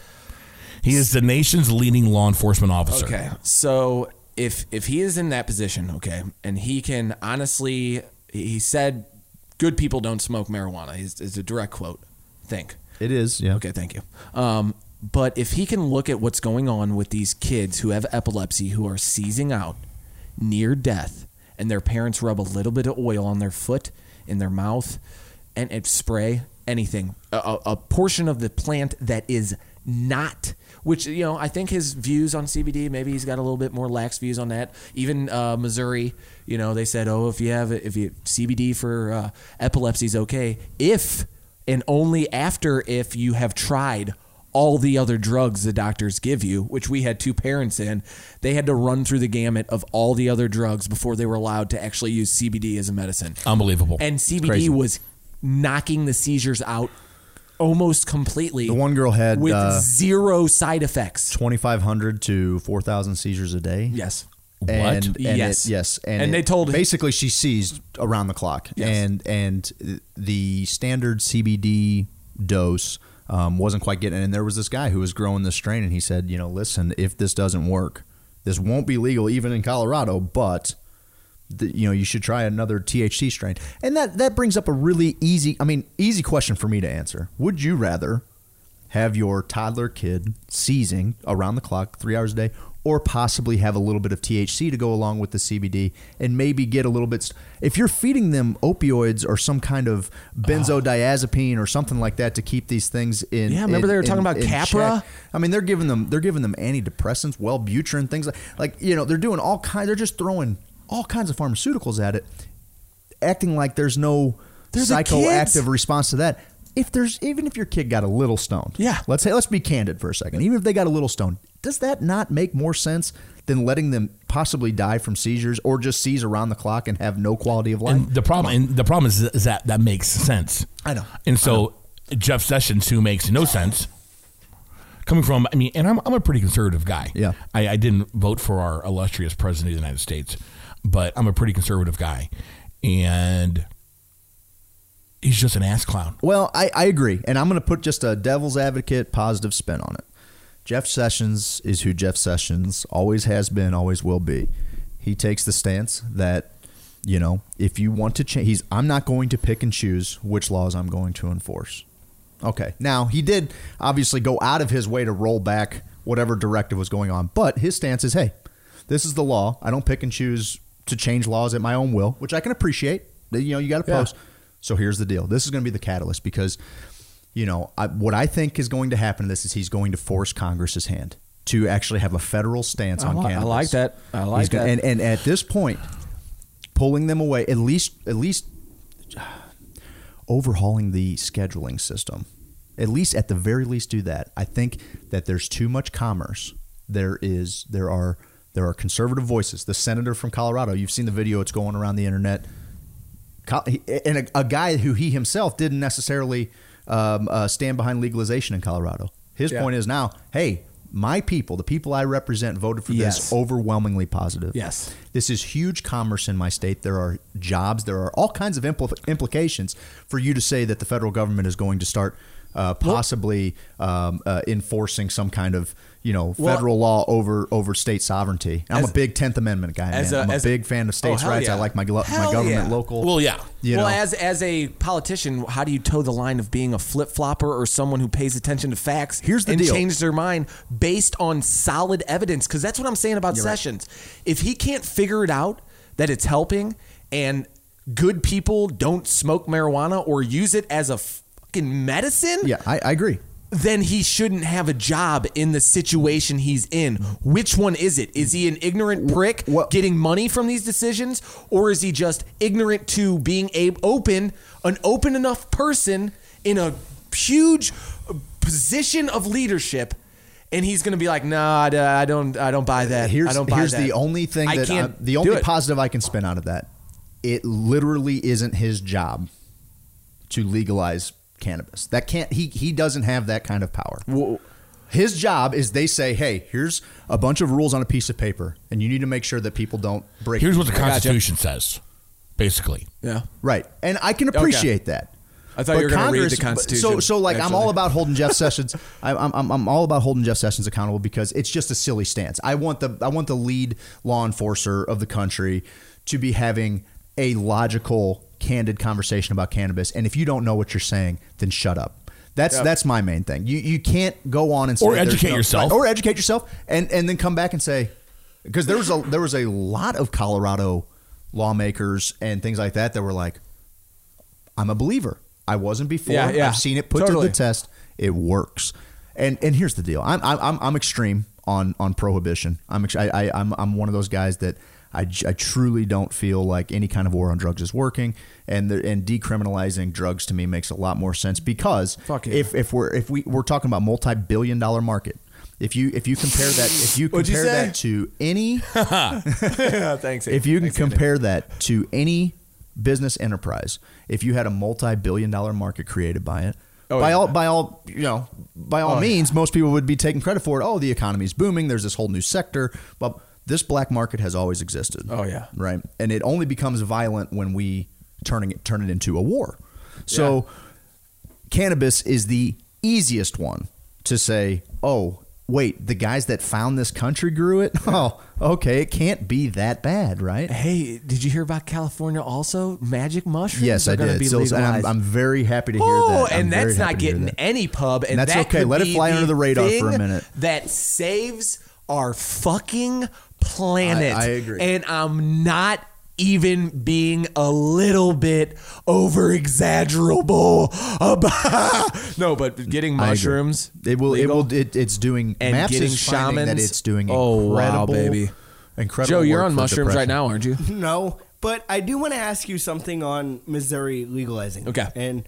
A: He is the nation's leading law enforcement officer.
B: Okay. So if if he is in that position, okay, and he can honestly, he he said, "Good people don't smoke marijuana." Is is a direct quote. Think.
E: It is, yeah.
B: Okay, thank you. Um, but if he can look at what's going on with these kids who have epilepsy, who are seizing out, near death, and their parents rub a little bit of oil on their foot, in their mouth, and it spray anything, a, a, a portion of the plant that is not. Which you know, I think his views on CBD. Maybe he's got a little bit more lax views on that. Even uh, Missouri, you know, they said, oh, if you have if you CBD for uh, epilepsy is okay if and only after if you have tried all the other drugs the doctors give you, which we had two parents in, they had to run through the gamut of all the other drugs before they were allowed to actually use CBD as a medicine.
A: Unbelievable.
B: And CBD was knocking the seizures out almost completely.
E: The one girl had
B: with
E: uh,
B: zero side effects.
E: 2,500 to 4,000 seizures a day.
B: Yes.
E: And, and it-
B: Yes.
E: yes. And,
B: And they told-
E: basically she seized around the clock. And and the standard CBD dose um, wasn't quite getting. And there was this guy who was growing this strain, and he said, you know, listen, if this doesn't work, this won't be legal even in Colorado, but. The, you know, you should try another THC strain, and that that brings up a really easy. I mean, easy question for me to answer. Would you rather have your toddler kid seizing around the clock, three hours a day, or possibly have a little bit of THC to go along with the CBD and maybe get a little bit. St- if you're feeding them opioids or some kind of benzodiazepine or something like that to keep these things in.
B: Yeah, remember
E: in-
B: they were talking
E: in-
B: about
E: in
B: Capra?
E: check. I mean, they're giving them they're giving them antidepressants, Wellbutrin, things like like you know they're doing all kind. They're just throwing all kinds of pharmaceuticals at it, acting like there's no
B: They're the kids.
E: psychoactive response to that. If there's even if your kid got a little stoned,
B: Yeah.
E: Let's say let's be candid for a second. Even if they got a little stoned, does that not make more sense than letting them possibly die from seizures or just seize around the clock and have no quality of life?
A: And the problem, and the problem is, is that that makes sense.
E: I know.
A: And so Jeff Sessions, who makes no sense, coming from, I mean, and I'm, I'm a pretty conservative guy.
E: Yeah.
A: I, I didn't vote for our illustrious president of the United States, but I'm a pretty conservative guy, and he's just an ass clown.
E: Well, I, I agree. And I'm going to put just a devil's advocate positive spin on it. Jeff Sessions is who Jeff Sessions always has been, always will be. He takes the stance that, you know, if you want to change, he's, I'm not going to pick and choose which laws I'm going to enforce. Okay. Now, he did obviously go out of his way to roll back whatever directive was going on, but his stance is hey, this is the law. I don't pick and choose to change laws at my own will, which I can appreciate. You know, you got to post. So here's the deal this is going to be the catalyst because, you know, I, what I think is going to happen to this is he's going to force Congress's hand to actually have a federal stance on
B: li- I
E: cannabis.
B: like that. I
E: He's
B: like
E: gonna-
B: that.
E: And, and at this point, pulling them away, at least, at least overhauling the scheduling system. At least at the very least do that. I think that there's too much commerce. There is there are there are conservative voices. The senator from Colorado, you've seen the video, it's going around the internet. Co- he- And a, a guy who he himself didn't necessarily um, uh, stand behind legalization in Colorado. His point is now, hey, my people, the people I represent, voted for
B: Yes.
E: this overwhelmingly positive.
B: Yes.
E: This is huge commerce in my state. There are jobs. There are all kinds of impl- implications for you to say that the federal government is going to start uh, possibly um, uh, enforcing some kind of you know
B: Well-
E: federal law over over state sovereignty. I'm
B: As-
E: a big Tenth Amendment guy.
B: as
E: man.
B: a-
E: I'm a
B: as a-
E: big fan of
B: Oh,
E: states'
B: hell
E: rights.
B: yeah.
E: I like my glo- my
B: Hell
E: government
B: yeah.
E: local.
A: Well, yeah.
E: You
B: well,
E: know,
B: as as a politician, how do you toe the line of being a flip flopper or someone who pays attention to facts?
E: Here's the
B: and
E: deal.
B: changes their mind based on solid evidence because that's what I'm saying about Sessions. If he can't figure it out that it's helping and good people don't smoke marijuana or use it as a fucking medicine,
E: yeah, I, I agree.
B: then he shouldn't have a job in the situation he's in. Which one is it? Is he an ignorant prick
E: what-
B: getting money from these decisions, or is he just ignorant to being a open, an open enough person in a huge position of leadership? And he's going to be like, nah, I- I don't, I don't buy that.
E: Here's,
B: I don't buy
E: here's
B: that.
E: the only thing
B: I
E: that
B: can't
E: I- the
B: do
E: only
B: it."
E: positive I can spin out of that. It literally isn't his job to legalize cannabis. That can't he he doesn't have that kind of power. His job is they say, "Hey, here's a bunch of rules on a piece of paper and you need to make sure that people don't break
A: Here's what the
E: them."
A: Constitution says, basically.
B: yeah.
E: Right. And I can appreciate that.
B: I thought you were gonna read the Constitution,
E: So, so like, I'm
B: actually.
E: all about holding Jeff Sessions. I, I'm, I'm, I'm all about holding Jeff Sessions accountable because it's just a silly stance. I want the, I want the lead law enforcer of the country to be having a logical, candid conversation about cannabis. And if you don't know what you're saying, then shut up. That's that's my main thing. You you can't go on and say
A: Or
E: there's
A: educate
E: no-
A: yourself.
E: Right, or educate yourself, and and then come back and say because there was a there was a lot of Colorado lawmakers and things like that that were like, I'm a believer. I wasn't before.
B: Yeah, yeah.
E: I've seen it put
B: Totally.
E: to the test. It works. And and here's the deal. I'm I'm I'm, I'm extreme on on prohibition. I'm ex- I, I I'm I'm one of those guys that. I, j- I truly don't feel like any kind of war on drugs is working, and the, and decriminalizing drugs to me makes a lot more sense because
B: Fuck yeah.
E: if if we're if we we're talking about multi billion dollar market, if you if you compare that if you
B: What'd you
E: compare
B: say?
E: that to any
B: Thanks.
E: if you can compare that to any business enterprise, if you had a multi-billion dollar market created by it, by
B: Oh, yeah. Oh,
E: all, by all, you know, by all means, most people would be taking credit for it. Oh, the economy's booming. There's this whole new sector. But this black market has always existed.
B: Oh, yeah.
E: right. And it only becomes violent when we turning it turn it into a war. So cannabis is the easiest one to say, oh, wait, the guys that found this country grew it? Oh, okay, it can't be that bad, right?
F: Hey, did you hear about California also? Magic mushrooms
E: Yes,
F: are
E: I
F: gonna
E: did.
F: Be
E: So, and I'm,
F: legalized.
E: I'm very happy to hear
F: Oh,
E: that. I'm
F: and
E: very
F: that's
E: happy
F: not
E: to hear
F: getting
E: that.
F: any pub, and
E: That's
F: that
E: okay.
F: could
E: Let it
F: be
E: fly under the radar for a
F: thing
E: minute.
F: That saves our fucking planet.
E: I- I agree.
F: and I'm not even being a little bit over exaggerable about. no, but getting
E: I agree.
F: mushrooms,
E: It will.
F: e- legal-
E: It will. It, it's doing.
F: And
E: Maps
F: getting
E: is finding that
F: shamans.
E: it's doing
B: Oh,
E: incredible,
B: wow, baby.
E: Incredible.
B: Joe, you're
E: work
B: on
E: for
B: mushrooms right
E: depression.
B: now, aren't you?
D: No, but I do want to ask you something on Missouri legalizing.
B: Okay.
D: And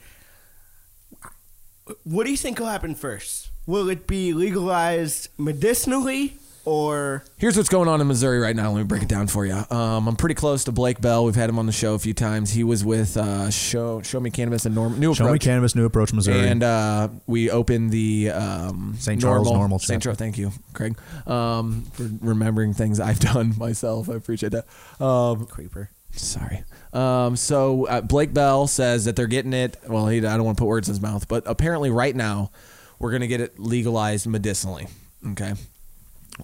D: uh, what do you think will happen first? Will it be legalized medicinally or
B: Here's what's going on in Missouri right now. Let me break it down for you. Um, I'm pretty close to Blake Bell. We've had him on the show a few times. He was with uh, Show Show Me Cannabis and Norm, New
E: Show me
B: Approach.
E: cannabis. New approach, Missouri.
B: and uh, we opened the um,
E: St. Charles Normal
B: St.
E: chapter.
B: Charles, thank you, Craig, um, for remembering things I've done myself. I appreciate that. Um, Creeper. Sorry. Um, so uh, Blake Bell says that they're getting it. Well, he, I don't want to put words in his mouth, but apparently, right now, we're going to get it legalized medicinally. Okay.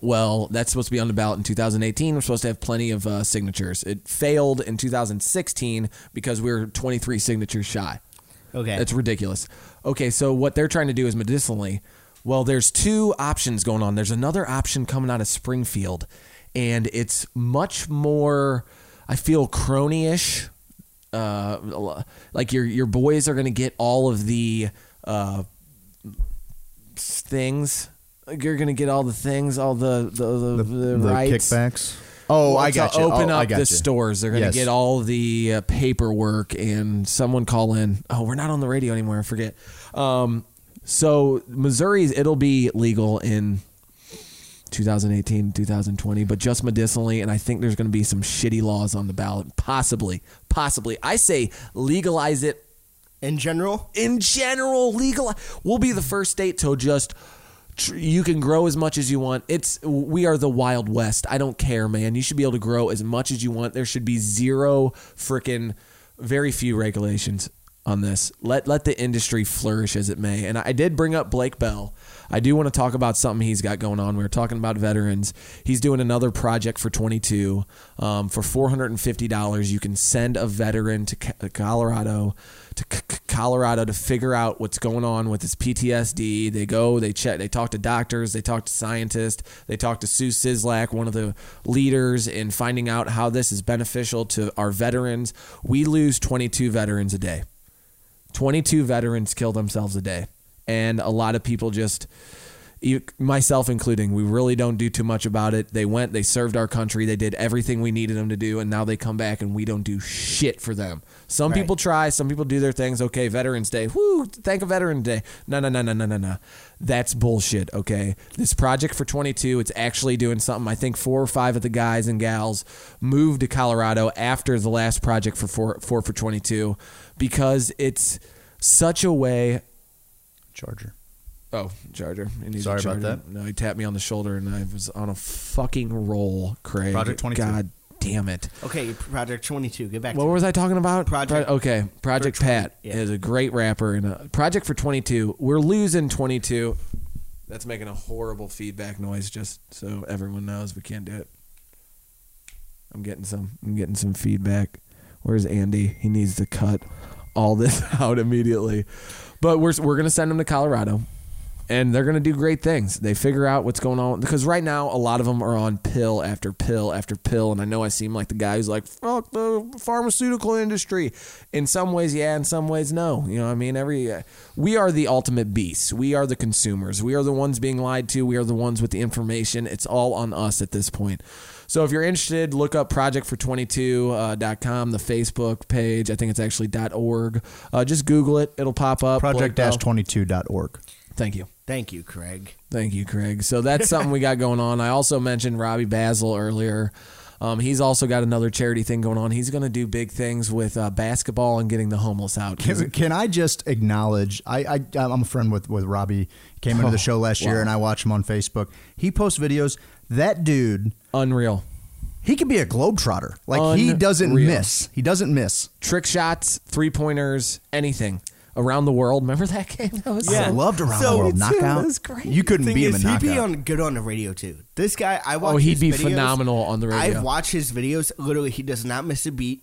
B: Well, that's supposed to be on the ballot in 2018. We're supposed to have plenty of uh, signatures. It failed in 2016 because we were 23 signatures shy.
D: Okay.
B: That's ridiculous. Okay, so what they're trying to do is medicinally. Well, there's two options going on. There's another option coming out of Springfield, and it's much more, I feel, crony-ish. Uh, like your your boys are going to get all of the uh, things. Like You're going to get all the things, all the the the, the,
E: the
B: rights.
E: kickbacks. Oh, I
B: to
E: got you.
B: Open
E: oh,
B: up
E: I got
B: the
E: you.
B: stores. They're going to
E: Yes.
B: get all the uh, paperwork and someone call in. Oh, we're not on the radio anymore. I forget. Um, so Missouri's it'll be legal in 2018, 2020, but just medicinally. And I think there's going to be some shitty laws on the ballot, possibly, possibly. I say legalize it
D: in general?
B: in general legal we'll be the first state to just tr- you can grow as much as you want it's we are the wild west i don't care man you should be able to grow as much as you want there should be zero freaking very few regulations on this let let the industry flourish as it may and i did bring up blake bell i do want to talk about something he's got going on we were talking about veterans he's doing another project for 22 um, for $450 you can send a veteran to Co- colorado to C- C- Colorado to figure out what's going on with his PTSD. They go, they check, they talk to doctors, they talk to scientists, they talk to Sue Sislak, one of the leaders in finding out how this is beneficial to our veterans. We lose 22 veterans a day. 22 veterans kill themselves a day. And a lot of people just, you- myself including, we really don't do too much about it. They went, they served our country, they did everything we needed them to do, and now they come back and we don't do shit for them. Some people try, some people do their things. Okay, Veterans Day, whoo, thank a Veteran Day. No, no, no, no, no, no, no. That's bullshit, okay? This project for 22, it's actually doing something. I think four or five of the guys and gals moved to Colorado after the last project for four, four for 22 because it's such a way
E: Charger.
B: Oh, charger. He needs a
E: Sorry
B: charger.
E: about that.
B: No, he tapped me on the shoulder and I was on a fucking roll, Craig.
E: Project 22.
B: God damn it.
D: Okay, Project 22. Get back
B: What
D: to
B: was I talking about?
D: Project-
B: Pro- okay, Project
D: for 20
B: Pat
D: yeah.
B: is a great rapper and a Project for 22. We're losing 22. That's making a horrible feedback noise just so everyone knows we can't do it. I'm getting some I'm getting some feedback. Where's Andy? He needs to cut all this out immediately. But we're we're going to send him to Colorado and they're going to do great things. They figure out what's going on because right now a lot of them are on pill after pill after pill, and I know I seem like the guy who's like fuck the pharmaceutical industry. In some ways, yeah, in some ways, no. You know, what I mean, every uh, we are the ultimate beasts. We are the consumers. We are the ones being lied to. We are the ones with the information. It's all on us at this point. So if you're interested, look up Project for 22.com, the Facebook page. I think it's actually .org. Uh, just Google it; it'll pop up. Blake Bell.
E: project-22.org.
B: Thank you.
D: Thank you, Craig.
B: Thank you, Craig. So that's something we got going on. I also mentioned Robbie Basil earlier. Um, he's also got another charity thing going on. He's going to do big things with uh, basketball and getting the homeless out.
E: Can, can I just acknowledge? I, I I'm a friend with with Robbie. Came into the show last year, and I watch him on Facebook. He posts videos. That dude,
B: Unreal.
E: he could be a globetrotter. Like he doesn't
B: Unreal.
E: miss. He doesn't miss.
B: Trick shots, three pointers, anything around the world. Remember that game? That was
E: I
B: so-
E: loved around
D: So-
E: the world
D: Me too,
E: knockout.
B: that was great.
E: You couldn't
D: Thing
E: beat him
D: is,
E: in
D: he'd
E: knockout.
D: be on good on the radio too. This guy, I watch.
B: Oh, he'd
D: his
B: be
D: videos.
B: phenomenal on the radio.
D: I've watched his videos. Literally, he does not miss a beat.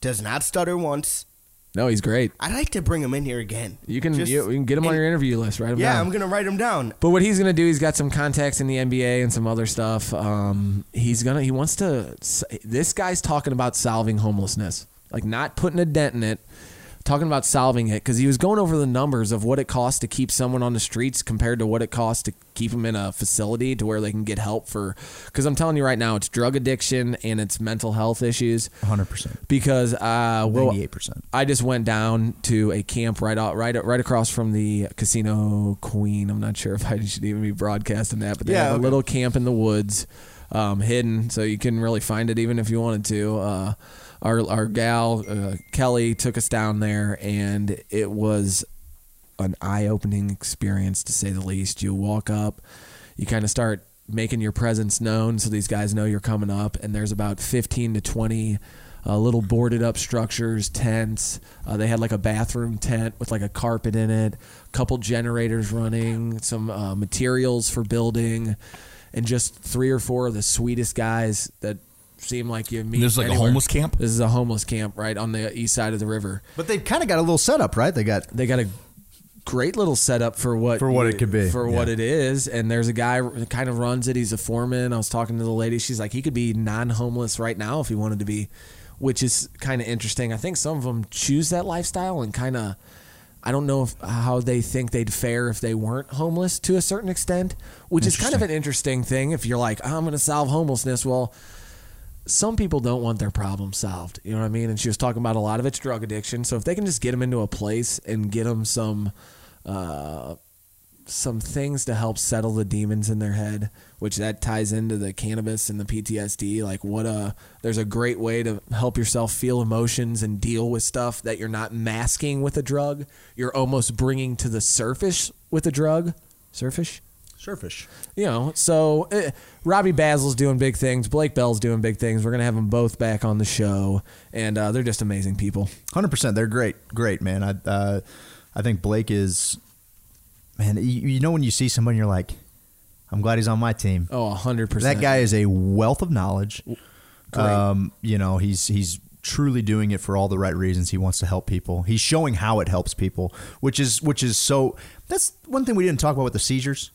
D: Does not stutter once.
B: No, he's great.
D: I'd like to bring him in here again.
B: You can
D: Just-
B: you, you can get him on
D: and-
B: your interview list, right?
D: Yeah, I'm gonna write him down.
B: But what he's gonna do, he's got some contacts in the NBA and some other stuff. Um, he's gonna, he wants to. This guy's talking about solving homelessness, like not putting a dent in it. Talking about solving it because he was going over the numbers of what it costs to keep someone on the streets compared to what it costs to keep them in a facility to where they can get help for. Because I'm telling you right now, it's drug addiction and it's mental health issues.
E: 100%.
B: Because uh, well,
E: 98%.
B: I just went down to a camp right out, right right across from the Casino Queen. I'm not sure if I should even be broadcasting that, but they
D: Yeah,
B: have
D: okay.
B: a little camp in the woods, um, hidden, so you couldn't really find it even if you wanted to. Uh, our our gal uh, Kelly took us down there, and it was an eye-opening experience to say the least. You walk up, you kind of start making your presence known so these guys know you're coming up and there's about 15 to 20 uh, little boarded up structures, tents. Uh, they had like a bathroom tent with like a carpet in it, couple generators running, some uh, materials for building, and just three or four of the sweetest guys that seem like you meet.
A: This is like a
B: anywhere.
A: homeless camp?
B: This is a homeless camp right on the east side of the river
E: But they've kind of got a little setup, right? They got
B: they got a great little setup for what
E: For what it could be,
B: for what
E: yeah.
B: it is and there's a guy that kind of runs it he's a foreman i was talking to the lady she's like he could be non-homeless right now if he wanted to be which is kind of interesting i think some of them choose that lifestyle and kind of i don't know if, how they think they'd fare if they weren't homeless to a certain extent which is kind of an interesting thing if you're like "Oh, i'm going to solve homelessness well some people don't want their problem solved. You know what I mean? And she was talking about a lot of it's drug addiction. So if they can just get them into a place and get them some, uh, some things to help settle the demons in their head, which that ties into the cannabis and the PTSD. Like what a there's a great way to help yourself feel emotions and deal with stuff that you're not masking with a drug. You're almost bringing to the surface with a drug. Surface
E: surfish.
B: you know, so uh, Robbie Basil's doing big things. Blake Bell's doing big things. We're gonna have them both back on the show, and uh, they're just amazing people.
E: Hundred percent. They're great, great man. I uh, I think Blake is, man. You, you know when you see someone, you're like, I'm glad he's on my team.
B: Oh, hundred percent.
E: that guy is a wealth of knowledge. Um, you know he's he's truly doing it for all the right reasons. He wants to help people. He's showing how it helps people, which is which is so. That's one thing we didn't talk about with the seizures.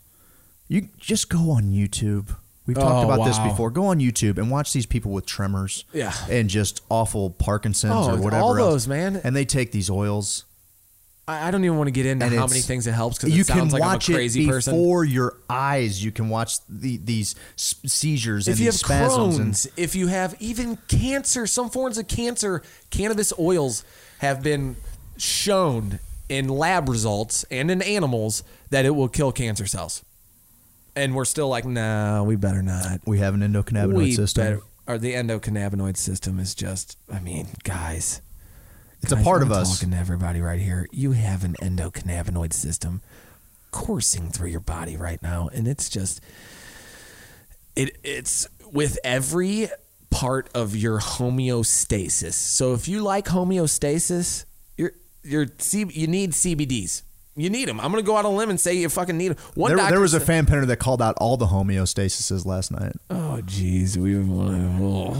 E: You just go on YouTube. We've talked
B: Oh,
E: about this
B: wow.
E: before. Go on YouTube and watch these people with tremors,
B: Yeah.
E: and just awful Parkinson's
B: Oh,
E: or whatever.
B: all
E: else.
B: those, man.
E: And they take these oils.
B: I, I don't even want to get into
E: And
B: how
E: it's-
B: many things it helps because
E: you
B: it sounds
E: can
B: like
E: watch
B: I'm a crazy
E: it
B: person.
E: before your eyes. You can watch the, these s- seizures
B: If
E: and
B: you have
E: these spasms. and-
B: Crohn's, if you have even cancer, some forms of cancer, cannabis oils have been shown in lab results and in animals that it will kill cancer cells. And we're still like, nah, we better not.
E: we have an endocannabinoid
B: we
E: system.
B: Better, or the endocannabinoid system is just, I mean, guys.
E: It's a
B: guys,
E: part
B: I'm
E: of us.
B: Talking to everybody right here, you have an endocannabinoid system coursing through your body right now, and it's just, it it's with every part of your homeostasis. So if you like homeostasis, you're you're C, you need CBDs. You need them. I'm gonna go out on a limb and say you fucking need them. One
E: There,
B: doctor
E: there was a
B: said-
E: fan pinner that called out all the homeostasis last night,
B: oh jeez, we want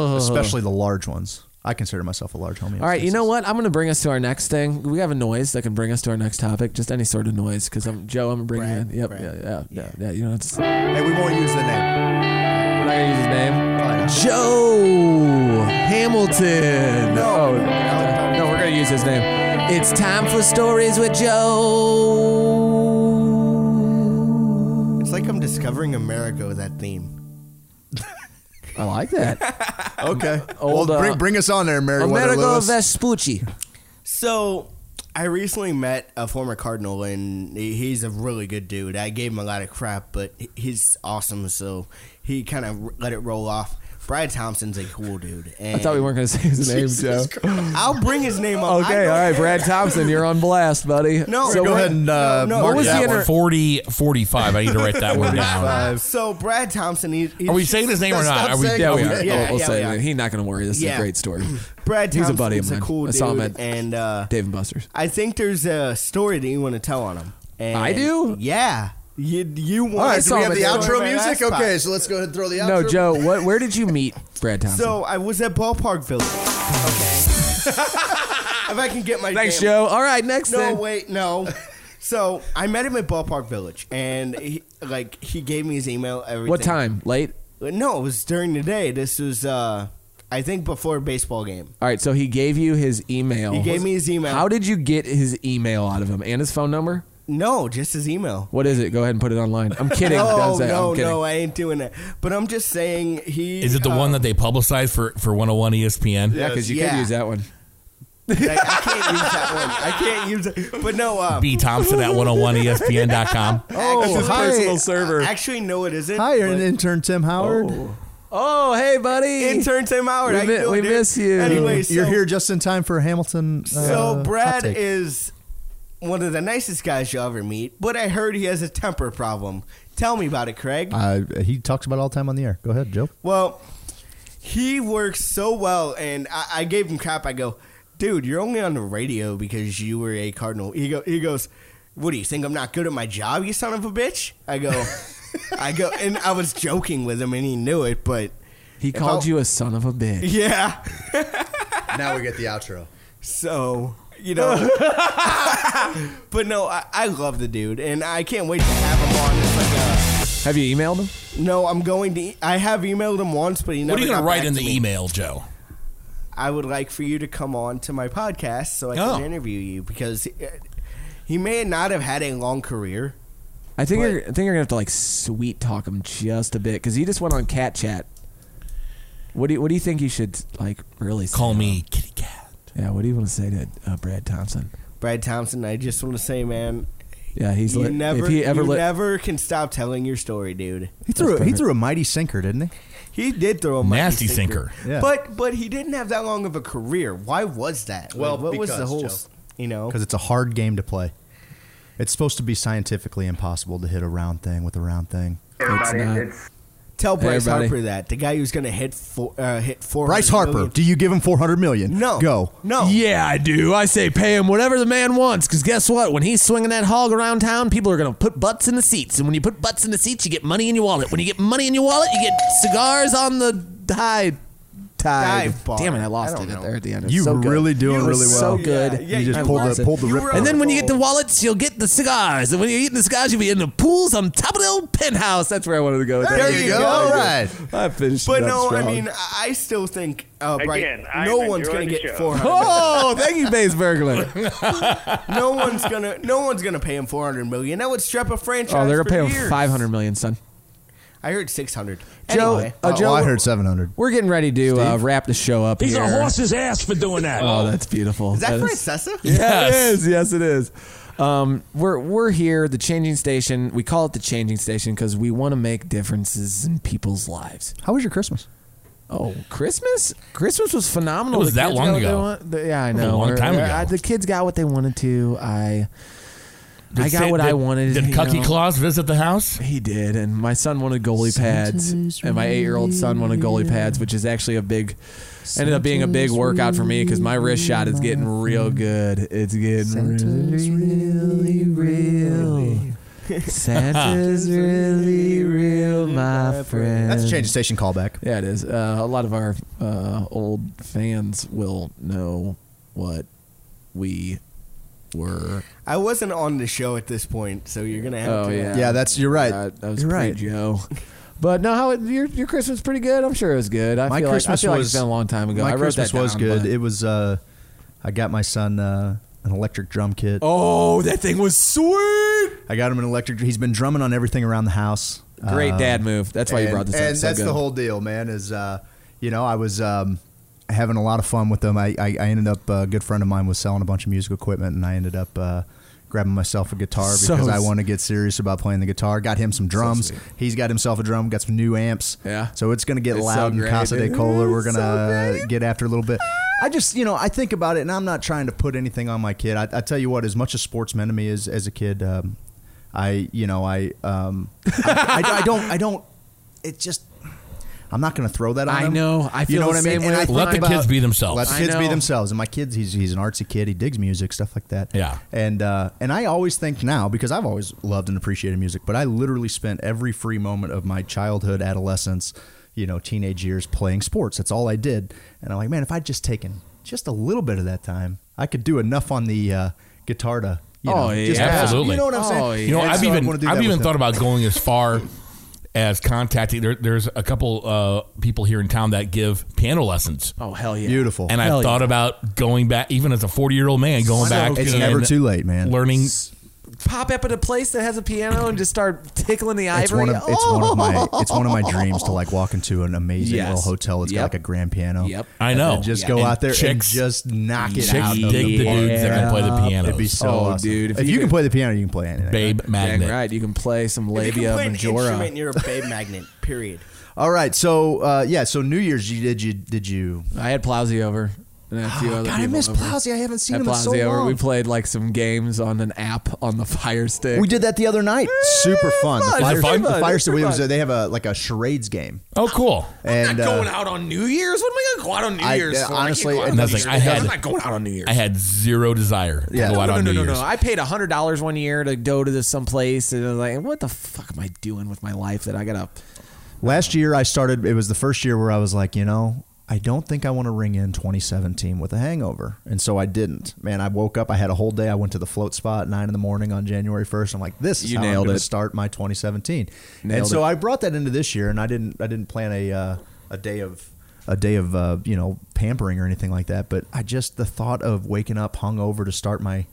B: to.
E: especially the large ones. I consider myself a large homeostasis.
B: Oh. All right, you know what? I'm going to bring us to our next thing. We have a noise that can bring us to our next topic. Just any sort of noise, because I'm Joe. I'm bringing in. Yep, yeah, yeah, yeah, yeah. You know, it's, we're
E: Hey, we won't use the name.
B: not gonna use his name.
E: Fine.
B: Joe Hamilton. Oh, No, no, no, we're gonna use his name. It's time for stories with Joe.
D: It's like I'm discovering America with that theme.
B: I like that.
E: Okay.
B: Old,
E: well,
B: uh,
E: bring, bring us on there, Meriwether
B: Amerigo
E: Lewis.
B: Vespucci.
D: So, I recently met a former Cardinal, and he- he's a really good dude. I gave him a lot of crap, but he- he's awesome, so he kind of let it roll off. Brad Thompson's a cool dude. And
B: I thought we weren't gonna say his name, Joe.
D: I'll bring his name up. I
B: Okay,
D: know-
B: all right, Brad Thompson, you're on blast, buddy.
D: No,
B: So
E: Go
B: we're-
E: ahead and uh,
D: No, no,
E: mark
D: what was
E: that
B: the
E: one.
B: inter-
A: 40, 45. I need to write that one down.
D: So Brad Thompson, he, he's
A: Are we saying his name or
D: Stop
A: not? Are we-
D: saying-
A: Yeah,
B: Yeah,
A: we
B: we
A: are.
B: will
D: Yeah,
B: we'll
D: yeah,
B: say
D: yeah.
B: that. He's not going to worry. This is
D: Yeah.
B: a great story.
D: Brad
B: He's a
D: Thompson's
B: buddy of mine.
D: cool
B: I
D: dude,
B: saw him at-
D: and uh,
B: Dave and Buster's.
D: I think there's a story that you want to tell on him. And
B: I do? Oh,
D: Yeah. You you want?
B: All right,
D: do
B: so
D: we
B: I'm
D: have
B: a
D: the
B: dude.
D: outro music? Okay.
E: so let's go ahead and throw the outro.
B: No, Joe. What? Where did you meet Brad Thompson?
D: So I was at Ballpark Village. Okay. if I can get my
B: Thanks,
D: damn-
B: Joe. All right, next
D: No,
B: thing.
D: wait, no. So I met him at Ballpark Village, and he, like he gave me his email. Everything.
B: What time? Late.
D: No, it was during the day. This was, uh I think, before a baseball game.
B: All right. So he gave you his email.
D: He gave me his email.
B: Oh, How did you get his email out of him and his phone number?
D: No, just his email.
B: What is it? Go ahead and put it online. I'm kidding.
D: No,
B: Don't say-
D: Oh, no,
B: I'm kidding.
D: no, I ain't doing that. But I'm just saying he
A: Is it the
D: uh,
A: one that they publicized for, for 101 ESPN?
B: Yeah, because you could
D: Yeah.
B: use that one.
D: like, I can't use that one. I can't use it. But no, um,
A: B Thompson at 101ESPN.com.
D: actually,
E: his Oh, hi. personal server.
D: Actually, no, it isn't.
E: Hi,
D: but-
E: intern Tim Howard.
B: Oh, hey, buddy.
D: intern Tim Howard.
B: We
D: how you
B: mi-
D: doing,
B: we
D: dude?
B: miss you.
D: Anyway, so,
E: You're here just in time for Hamilton. uh,
D: So
E: hot
D: Brad
E: take.
D: is one of the nicest guys you'll ever meet, but I heard he has a temper problem. Tell me about it, Craig.
E: Uh, he talks about it all the time on the air. Go ahead, Joe.
D: Well, he works so well, and I, I gave him crap. I go, dude, you're only on the radio because you were a cardinal. He, go, he goes, what do you think? I'm not good at my job, you son of a bitch. I go, I go, and I was joking with him, and he knew it, but
B: He called
D: I'll-
B: you a son of a bitch.
D: yeah.
E: Now we get the outro.
D: So you know, but no, I, I love the dude, and I can't wait to have him on. It's
B: Have you emailed him?
D: like a, no, I'm going to. e, I have emailed him once, but he never.
A: What are you going
D: got
A: to write
D: back
A: in
D: to
A: the
D: me.
A: email, Joe?
D: I would like for you to come on to my podcast so I
A: Oh.
D: can interview you because he, he may not have had a long career.
B: I think
D: But-
B: you're, I think you're gonna have to like sweet talk him just a bit because he just went on cat chat. What do you, what do you think you should like really say?
A: Call me Kitty Cat.
B: Yeah, what do you want to say to uh, Brad Thompson?
D: Brad Thompson, I just want to say, man,
B: Yeah, he's
D: you
B: lit.
D: never,
B: if he ever
D: you
B: lit,
D: never can stop telling your story, dude.
E: He threw
B: That's
E: he
B: perfect.
E: threw a mighty sinker, didn't he?
D: He did throw a mighty
A: Nasty sinker.
E: Yeah.
D: But but he didn't have that long of a career. Why was that?
E: Well,
D: what was the
E: because,
D: whole
E: Joe.
D: s- you know?
E: Because it's a hard game to play. It's supposed to be scientifically impossible to hit a round thing with a round thing.
L: Everybody,
B: not.
L: it's
D: Tell
B: Hey,
D: Bryce
B: everybody.
D: Harper that the guy who's going to hit four, uh, hit four.
E: Bryce Harper, do you give him four hundred million?
D: No,
E: Go.
D: no.
B: Yeah, I do. I say pay him whatever the man wants because guess what? When he's swinging that hog around town, people are gonna put butts in the seats, and when you put butts in the seats, you get money in your wallet. When you get money in your wallet, you get cigars on the high tide.
D: Dive bar.
B: Damn it, I lost
D: I don't
B: it
D: know.
B: there at the end. It's
E: You
B: so good.
E: really doing
B: It was
E: really
B: So
E: well.
B: good.
D: Yeah,
E: you
D: I
E: just pulled
B: lost
E: the
B: it.
E: pulled the
D: You
E: rip.
D: were-
B: And then when you get the wallets, you'll get the cigars. And when you're eating the cigars, you'll be in the pools on top of the old penthouse. That's where I wanted to go. With that.
D: There you go.
E: All right.
B: I finished.
D: But
B: it up
D: no,
B: strong.
D: I mean, I I still think uh, Bryce.
L: Again, I'm
D: no one's
L: enjoying
D: going to
L: the
D: get
L: show.
D: four hundred.
B: Oh, thank you, Bass Burglar.
D: no one's going to. No one's going to pay him four hundred million. That would strap a franchise.
B: Oh, they're
D: for
B: gonna pay
D: years.
B: him five hundred million, son.
D: I heard six hundred.
B: Joe,
D: Anyway,
B: uh,
E: Oh,
B: Joe,
E: well, I heard seven hundred.
B: we're getting ready to uh, wrap the show up
A: He's
B: here.
A: a horse's ass for doing that.
B: Oh, that's beautiful.
D: is that
B: That is-
D: Francesa?
B: uh, Yeah, it is. Yes, it is. Um, we're we're here, the changing station. We call it the changing station because we want to make differences in people's lives.
E: How was your Christmas?
B: Oh, Christmas! Christmas was phenomenal.
A: It was
B: The
A: that
B: kids
A: long
B: got what they
A: ago.
B: want- the- yeah, I
A: was a
B: know.
A: long
B: Or-
A: time
B: or-
A: ago.
B: I- the kids got what they wanted to. I
A: Did
B: I got what
A: did-
B: I wanted,
A: Did
B: you
A: Cucky
B: know.
A: Claus visit the house?
B: He did, and my son wanted goalie pads,
M: is
B: and my eight-year-old son wanted goalie pads, which is actually a big, ended up being a big
M: Santa's
B: workout for me because my wrist shot is getting
M: really
B: real good. It's getting
M: Santa's
B: really real. Santa's really real, my friend.
E: That's a change of station callback.
B: Yeah, it is. Uh, a lot of our uh, old fans will know what we were.
D: I wasn't on the show at this point, so you're gonna have
B: Oh,
D: to.
B: yeah.
E: Yeah, that's you're right.
B: Uh, that was
E: you're
B: pretty
E: right.
B: Joe. But no, how it, your your Christmas was pretty good. I'm sure it was good. I
E: My
B: feel like,
E: Christmas
B: I feel like
E: was
B: it's been a long time ago.
E: My
B: I wrote
E: Christmas
B: that
E: was
B: down,
E: good.
B: but-
E: It was. Uh, I got my son uh, an electric drum kit.
B: oh, that thing was sweet.
E: I got him an electric. He's been drumming on everything around the house.
B: Great
E: Um,
B: dad move. That's why you brought this
E: and
B: up.
E: And
B: So
E: that's
B: good.
E: the whole deal, man. Is uh, you know, I was um, having a lot of fun with them. I, I, I ended up uh, a good friend of mine was selling a bunch of music equipment, and I ended up uh, grabbing myself a guitar
B: So
E: because I
B: s-
E: want to get serious about playing the guitar. Got him some drums. He's got himself a drum. Got some new amps.
B: Yeah.
E: So it's gonna get
B: It's so
E: loud and
B: great,
E: Casa de
B: dude.
E: Cola. We're
B: It's so
E: gonna
B: great.
E: get after a little bit. I just, you know, I think about it, and I'm not trying to put anything on my kid. I, I tell you what, as much a sportsman to me as as a kid, um, I, you know, I, um, I, I, I don't, I don't. It just, I'm not going to throw that on
B: I
E: him.
B: know. I feel
E: you know
B: the
E: what I
B: same
E: mean.
B: way
E: And I
B: with
E: think
A: Let the
E: about-
A: kids be themselves.
E: Let the
B: I
E: kids be
B: know.
E: themselves. And my kids, he's he's an artsy kid. He digs music, stuff like that.
A: Yeah.
E: And uh, and I always think now because I've always loved and appreciated music, but I literally spent every free moment of my childhood, adolescence, you know, teenage years playing sports. That's all I did. And I'm like, man, if I'd just taken just a little bit of that time, I could do enough on the uh, guitar to. You
B: Oh,
E: know, just
A: yeah.
E: pass it.
A: Absolutely.
E: You know what I'm saying?
B: Oh,
A: You know,
E: And
A: I've
E: so I
A: even
E: wanna do
A: I've
E: that
A: even
E: with
A: thought
E: him.
A: about going as far as contacting. There, there's a couple uh, people here in town that give piano lessons,
B: Oh hell yeah!
E: Beautiful.
A: and I've
B: hell
A: thought about going back, even as a 40 year old man, going
E: So
A: back.
E: good. It's
A: and
E: never too late, man.
A: Learning.
B: Pop up at a place that has a piano and just start tickling the ivory. Oh!
E: It's one of it's one of my it's one of my dreams to like walk into an amazing
B: Yes.
E: little hotel that's got
B: Yep.
E: like a grand piano.
B: Yep.
A: I
E: And
A: know.
E: then just
A: Yeah.
E: go
A: And
E: out there
A: chicks-
E: and just knock it
A: chicks
E: out. of
A: dig the dudes that can play the
E: park.
A: pianos.
E: It'd be so
B: Oh,
E: awesome.
B: dude,
E: If,
B: if
E: you,
B: you
E: can
B: could-
E: play the piano, you can play anything.
A: Babe
B: Dang
A: Magnet.
B: right. You can play some
D: If you
B: labia
D: can play an instrument,
B: uh, majora.
D: you're a babe magnet. Period.
E: All right, so uh, yeah, so New Year's you did you did you?
B: I had Plowsy over and a few other
E: God,
B: people
E: I miss
B: over.
E: Plowsy. I haven't seen
B: At
E: him in so
B: Plowsy over,
E: long.
B: we played like some games on an app on the Fire Stick.
E: We did that the other night. Super
B: fun.
E: fun. The Fire,
A: Is it fun?
E: the
A: Fun.
E: Fire
B: It's
E: Stick Williams.
B: fun.
E: They have a like a charades game.
A: Oh, cool.
E: and uh,
B: out on New Year's? What am I going to go out on New
E: I- Year's uh, for? I can't honestly, go out on New
A: nothing. Year's. I had- I'm not
B: going out on New Year's.
A: I had zero desire
E: Yeah.
A: to go
E: No,
A: out
B: no,
A: on
B: no,
A: New
B: no,
A: Year's.
B: no. I paid hundred dollars one year to go to this someplace, and I was like, "What the fuck am I doing with my life that I gotta?"
E: Last year, I started. It was the first year where I was like, you know, I don't think I want to ring in 2017 with a hangover, and so I didn't. Man, I woke up. I had a whole day. I went to the float spot at nine in the morning on January 1st. I'm like, this is
B: You
E: how I'm
B: nailed
E: going to
B: it.
E: start my 2017. and
B: Nailed
E: so
B: it.
E: I brought that into this year, and I didn't. I didn't plan a uh, a day of a day of uh, you know pampering or anything like that. But I just the thought of waking up hungover to start my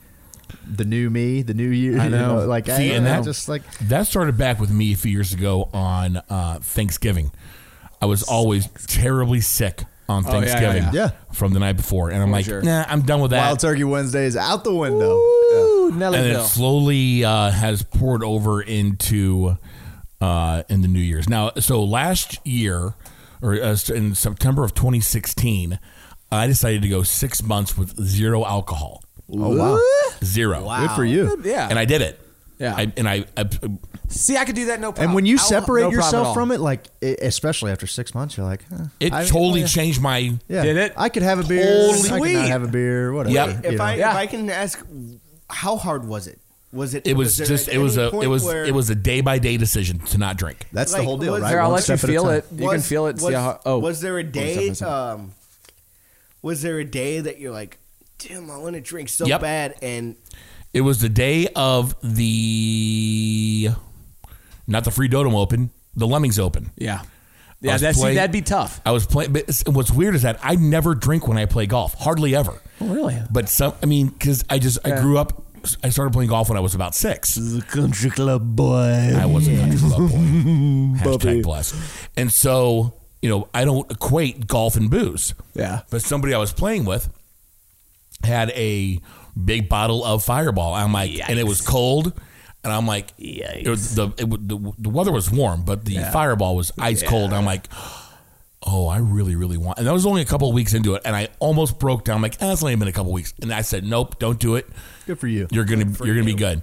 E: the new me, the new year.
B: I
E: you
B: know.
E: like
A: See,
E: I,
A: and
E: I
A: that-
E: just like
A: That started back with me a few years ago on uh, Thanksgiving. I was always terribly sick on
B: Oh, yeah, yeah,
A: Thanksgiving
E: yeah. Yeah.
A: from the night before. And I'm like,
B: sure.
A: nah, I'm done with that.
E: Wild Turkey Wednesday is out the window.
B: Ooh,
A: and it
B: Nellyville.
A: slowly uh, has poured over into uh, in the New Year's. Now, so last year, or uh, in September of 2016, I decided to go six months with zero alcohol,
E: Oh wow.
A: zero.
E: Good for you.
B: yeah,
A: And I did it.
B: Yeah.
A: I, and I, I
B: see, I could do that no problem.
E: And when you
B: I'll-
E: separate
B: no problem at all.
E: yourself from it, like e- especially after six months, you're like, huh,
A: it
E: I-
A: totally
E: yeah.
A: changed my.
E: Yeah.
B: Did it?
E: I could have a beer.
A: Totally.
E: I could not
D: Sweet.
E: have a beer. Whatever.
A: Yep.
E: you
D: If
E: know.
D: I
B: Yeah.
D: if I can ask, how hard was it? Was it?
A: It was
D: there
A: just
D: at
A: it was
D: any
A: a it
D: point
A: was
D: where-
A: it was a day by day decision to not drink.
E: that's the
D: like,
E: whole deal,
D: was
E: right?
D: there-
B: I'll
E: One
B: let you
E: step at a
B: feel
E: time.
B: it. You can feel it.
D: Was,
B: see how, oh,
D: was there a day?
B: second, one second.
D: Um, was there a day that you're like, damn, I want to drink so
A: Yep.
D: bad, and
A: It was the day of the not the free Dotem Open, the Lemmings Open.
B: yeah,
A: I
B: yeah.
A: was
B: That, see,
A: playing-
B: that'd be tough.
A: I was playing. But it's- what's weird is that I never drink when I play golf, hardly ever.
B: really?
A: But some, I mean, because I just I
B: Yeah.
A: grew up. I started playing golf when I was about six.
N: The country club boy.
A: I was a country club boy. Hashtag blessed. And so you know, I don't equate golf and booze.
B: Yeah.
A: But somebody I was playing with had a big bottle of Fireball. I'm like, and it was cold. And I'm like, it was the, it, wa- the the weather was warm, but the Fireball was ice cold. I'm like, oh, I really, really want. And that was only a couple of weeks into it, and I almost broke down. I'm like, eh, it's only been a couple of weeks, and I said, nope, don't do it.
E: Good for you.
A: You're gonna you're gonna be good.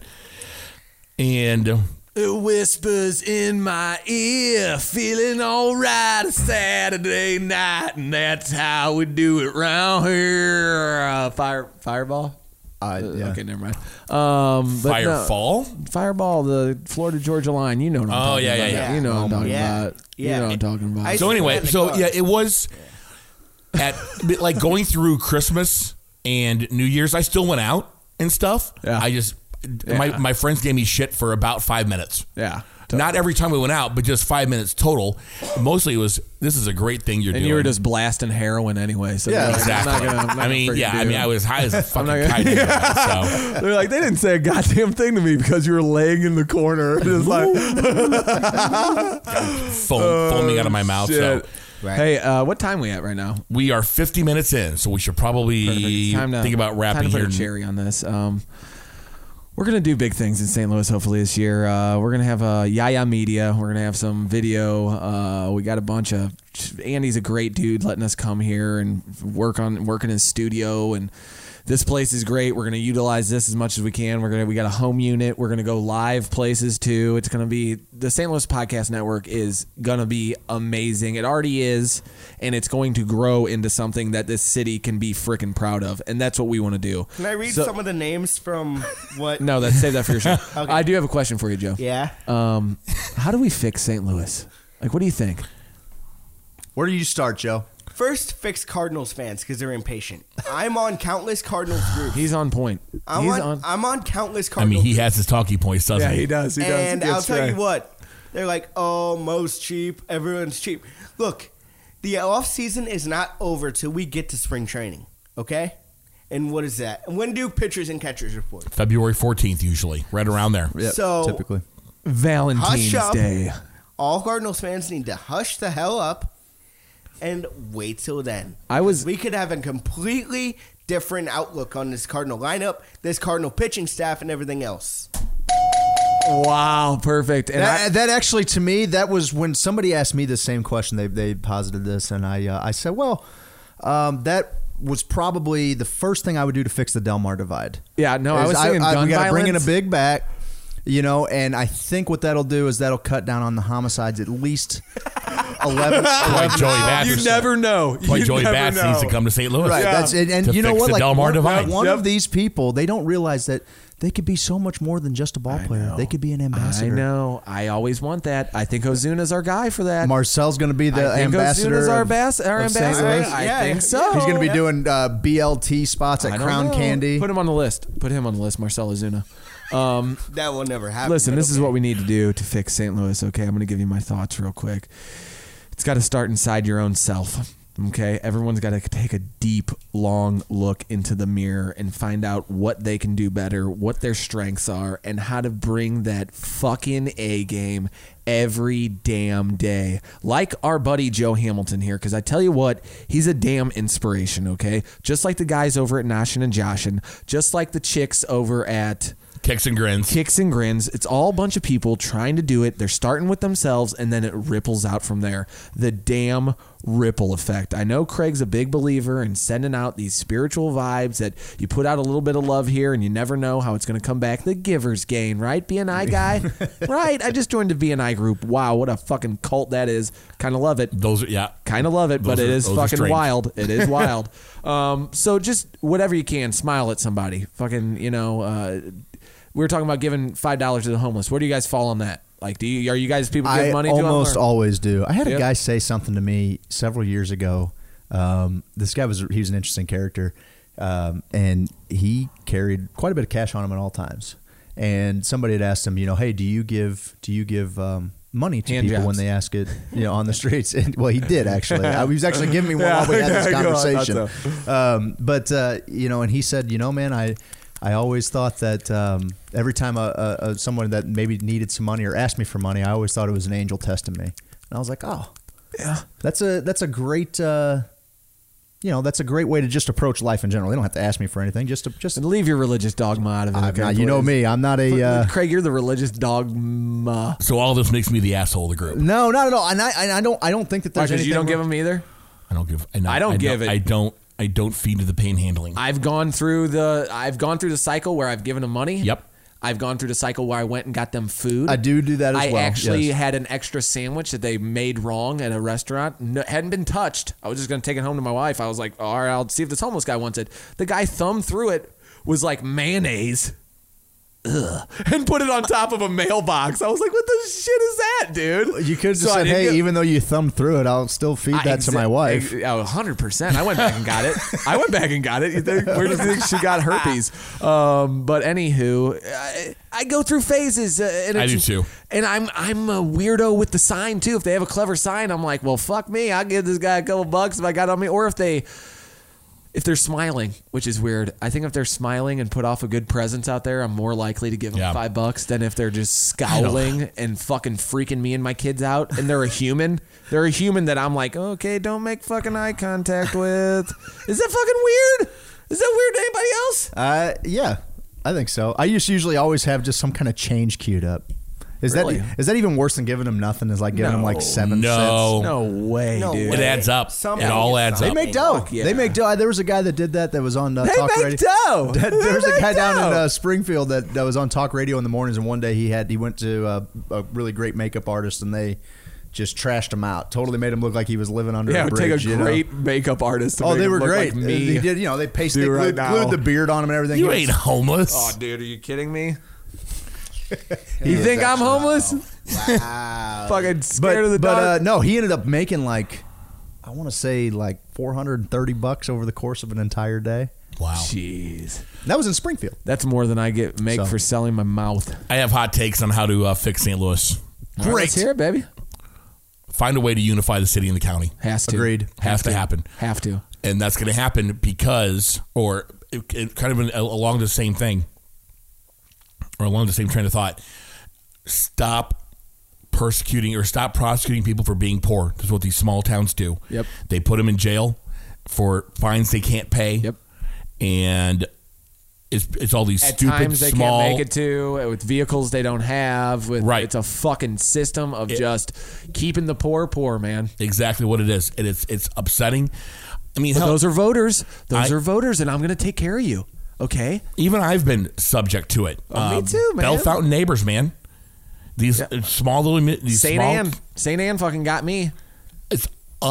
A: and
B: It whispers in my ear, feeling all right. It's Saturday night, and that's how we do it round here. Uh, fire, fireball.
E: I,
B: Uh,
E: yeah.
B: Okay, never mind. Um, but no,
A: Firefall.
B: fireball, the Florida Georgia line. You know what I'm
A: Oh,
B: talking
A: yeah, yeah,
B: about.
A: yeah.
B: You know what I'm talking
D: Yeah.
B: about.
D: Yeah.
B: You know what I'm talking about.
D: I-
A: So anyway,
D: Yeah,
A: so
D: the
A: yeah,
D: cars.
A: it was at bit like going through Christmas and New Year's. I still went out and stuff.
B: Yeah.
A: I just my my friends gave me shit for about five minutes.
B: yeah.
A: Not every time we went out, but just five minutes total. Mostly it was this is a great thing you're
B: And
A: doing.
B: you were just blasting heroin anyway. So
E: Yeah,
B: they're like,
A: exactly.
B: I'm not gonna, I'm not
A: I mean,
B: gonna freaking
A: yeah.
B: do
A: I mean,
B: it.
A: I was high as a fucking
B: not
A: kite.
B: gonna-
A: anyway, so.
B: They're like, they didn't say a goddamn thing to me because you were laying in the corner, just like
A: foam, foaming out of my mouth.
B: Oh, shit.
A: So
B: Hey, uh, what time we at right now?
A: we are 50 minutes in, so we should probably
B: Perfect. Time to-
A: think about
B: time
A: wrapping
B: to put
A: here.
B: a cherry on this. Um, we're gonna do big things in St. Louis hopefully this year. Uh, we're gonna have uh, Yaya Media. We're gonna have some video. Uh, we got a bunch of Andy's a great dude, letting us come here and work on work in his studio. And this place is great. We're gonna utilize this as much as we can. We're gonna we got a home unit. We're gonna go live places too. It's gonna be the St. Louis Podcast Network is gonna be amazing. It already is, and it's going to grow into something that this city can be freaking proud of. And that's what we want to do.
D: Can I read
B: So-
D: some of the names from what?
B: No, that's save that for your show. I do have a question for you, Joe.
D: Yeah.
B: Um, how do we fix St. Louis? Like, what do you think?
E: Where do you start, Joe?
D: First, fix Cardinals fans because they're impatient. I'm on countless Cardinals groups.
B: He's on point.
D: I'm
B: He's
D: on,
B: on.
D: I'm on countless
A: I mean,
D: Cardinals.
A: he has his talking points, doesn't he?
B: does. He
D: and I'll tell you what, they're like, oh, most cheap, everyone's cheap. Look, the off season is not over till we get to spring training. Okay, and what is that? When do pitchers and catchers report?
A: February 14th, usually, right around there.
D: so
E: typically.
B: Valentine's
D: hush up.
B: Day.
D: All Cardinals fans need to hush the hell up and wait till then.
B: I was-
D: We could have a completely different outlook on this Cardinal lineup, this Cardinal pitching staff, and everything else.
B: Wow, perfect. And I,
E: that, that actually, to me, that was when somebody asked me the same question. They they posited this, and I uh, I said, well, um, that was probably the first thing I would do to fix the Del Mar divide.
B: yeah, no, I
E: Is
B: was thinking gun
E: we gotta bring in a
B: violence.
E: big back, you know, and I think what that'll do is that'll cut down on the homicides at least eleven.
A: Why Joey Bats?
B: You never know.
A: Why
B: You
A: Joey
B: never
A: Bats
B: know.
A: needs to come to St. Louis?
E: Right. That's and, and
A: To
E: you know
A: fix
E: what?
A: The
E: like
A: Del Mar
E: one,
A: divide.
E: one of these people, they don't realize that they could be so much more than just a ball player. They could be an
B: I
E: ambassador.
B: know. I always want that. I think Ozuna's our guy for that.
E: Marcel's going to be the
B: I think
E: ambassador.
B: Ozuna's our,
E: of-
B: bass- our
E: of St.
B: ambassador.
E: Louis.
B: I
D: Yeah,
B: think
D: yeah.
B: so.
E: He's going to be doing uh, BLT spots
B: I
E: at
B: don't
E: Crown
B: know.
E: Candy.
B: Put him on the list. Put him on the list, Marcel Ozuna. Um,
D: That will never happen.
B: Listen,
D: but
B: this is
D: okay.
B: what we need to do to fix St. Louis. Okay, I'm going to give you my thoughts real quick. It's got to start inside your own self. Okay, everyone's got to take a deep, long look into the mirror and find out what they can do better, what their strengths are, and how to bring that fucking A game every damn day. Like our buddy Joe Hamilton here, because I tell you what, he's a damn inspiration, okay? Just like the guys over at Noshin and Joshin, just like the chicks over at
A: Kicks and grins.
B: kicks and grins. It's all a bunch of people trying to do it. They're starting with themselves and then it ripples out from there. The damn ripple effect. I know Craig's a big believer in sending out these spiritual vibes that you put out a little bit of love here and you never know how it's going to come back. The giver's gain, right? BNI guy? right. I just joined a BNI group. Wow, what a fucking cult that is. Kind of love it
A: Those are, yeah.
B: kind of love it, but
A: Those
B: it
A: are-
B: is
A: those are
B: fucking
A: strange.
B: wild. It is wild. um, so just whatever you can, smile at somebody. Fucking, you know, uh, we were talking about giving five dollars to the homeless. Where do you guys fall on that? Like, do you are you guys people give
E: I
B: money
E: almost
B: to them? or-
E: always do. I had
B: Yep.
E: a guy say something to me several years ago. Um, this guy was he was an interesting character, um, and he carried quite a bit of cash on him at all times. And somebody had asked him, you know, hey, do you give do you give um, money to
B: Hand
E: people when
B: jobs.
E: they ask it, you know, on the streets? And well, he did actually. I, he was actually giving me one while we had this
B: Yeah, go on, I thought
E: conversation. Um, but uh, you know, and he said, you know, man, I I always thought that um, every time a, a, a someone that maybe needed some money or asked me for money, I always thought it was an angel testing me, and I was like, oh, yeah, that's a that's a great. Uh, you know that's a great way to just approach life in general. They don't have to ask me for anything. Just to, just
B: And leave your religious dogma out of it.
E: I'm
B: okay,
E: not- you know
B: please.
E: me. I'm not a uh,
B: Craig, you're the religious dogma.
A: So all this makes me the asshole of the group.
E: no, not at all. And I and I don't I don't think that there's
B: Because
E: anything.
B: you don't give
E: wrong-
B: them either.
A: I don't give. I,
B: I don't give it.
A: I don't. I don't feed to the panhandling.
B: I've gone through the I've gone through the cycle where I've given them money.
A: Yep.
B: I've gone through the cycle where I went and got them food.
E: I do do that as
B: I
E: well,
B: actually
E: yes.
B: had an extra sandwich that they made wrong at a restaurant. No, hadn't been touched. I was just gonna take it home to my wife. I was like, all right, I'll see if this homeless guy wants it. The guy thumbed through it, was like mayonnaise. Ugh, and put it on top of a mailbox. I was like, "What the shit is that, dude?"
E: You could have
B: So
E: just
B: I
E: said,
B: didn't
E: "Hey,
B: get-
E: even though you thumbed through it, I'll still feed that to my wife."
B: oh, hundred percent. I went back and got it. I went back and got it. You think- Where do you think she got herpes? Um, but anywho, I, I go through phases. Uh, and
A: I
B: it's-
A: do too.
B: And I'm I'm a weirdo with the sign too. If they have a clever sign, I'm like, well, fuck me. I'll give this guy a couple bucks if I got it on me. Or if they. If they're smiling, which is weird, I think if they're smiling and put off a good presence out there, I'm more likely to give them
A: Yeah.
B: five bucks than if they're just scowling and fucking freaking me and my kids out. And they're a human. They're a human that I'm like, okay, don't make fucking eye contact with. Is that fucking weird? Is that weird to anybody else?
E: Uh, yeah, I think so. I used to usually always have just some kind of change queued up. Is
B: Really?
E: that is that even worse than giving them nothing? Is like giving them like seven
A: No.
E: cents.
A: No
B: Oh. way,
D: No dude.
A: It
D: way.
A: adds up.
D: Something
A: it all
D: is
A: adds
E: They
A: up.
E: make dough.
B: Fuck yeah.
E: They make dough. There was a guy that did that. That was on uh,
B: They
E: talk
B: make
E: radio.
B: dough.
E: That-
B: They
E: there was a
B: make
E: guy down in
B: dough.
E: uh, Springfield that, that was on talk radio in the mornings, and one day he had he went to uh, a really great makeup artist, and they just trashed him out. Totally made him look like he was living under
B: Yeah,
E: a
B: it would take
E: bridge.
B: a
E: you know?
B: great makeup artist. To
E: Oh,
B: make
E: they
B: him
E: were
B: look
E: great.
B: Like me.
E: They did, you know, they pasted, they
B: do right
E: glued,
B: now.
E: glued the beard on him and everything.
A: You
E: He
A: ain't
E: was-
A: homeless.
B: Oh, dude, are you kidding me? You think I'm
E: actually-
B: homeless?
D: Wow.
B: Fucking scared
E: but
B: of the
E: but
B: dark.
E: uh, no, he ended up making like I want to say like 430 bucks over the course of an entire day.
A: Wow.
B: Jeez,
E: That was in Springfield.
B: that's more than I get make
E: So.
B: for selling my mouth.
A: I have hot takes on how to uh, fix St. Louis.
B: All right, let's hear it, baby.
A: Find a way to unify the city and the county.
B: Has to
E: Agreed.
A: Has to happen.
B: Have to.
A: and that's going to happen because, or it, it kind of an, along the same thing, or along the same train of thought. Stop persecuting or stop prosecuting people for being poor. That's what these small towns do.
B: Yep.
A: They put them in jail for fines they can't pay.
B: Yep.
A: And it's it's all these
B: At
A: stupid
B: times they
A: small.
B: can't make it to uh, with vehicles they don't have. With
A: Right.
B: it's a fucking system of just keeping the poor poor, man.
A: exactly what it is, and it's it's upsetting. I mean,
B: But
A: hell,
B: those are voters. Those
A: I-
B: are voters, and I'm gonna take care of you. Okay.
A: even I've been subject to it. Um,
B: Oh, me too, man.
A: Bell Fountain neighbors, man. These uh, small little mi- these
B: Saint
A: small,
B: Anne. Saint Anne fucking got me.
A: It's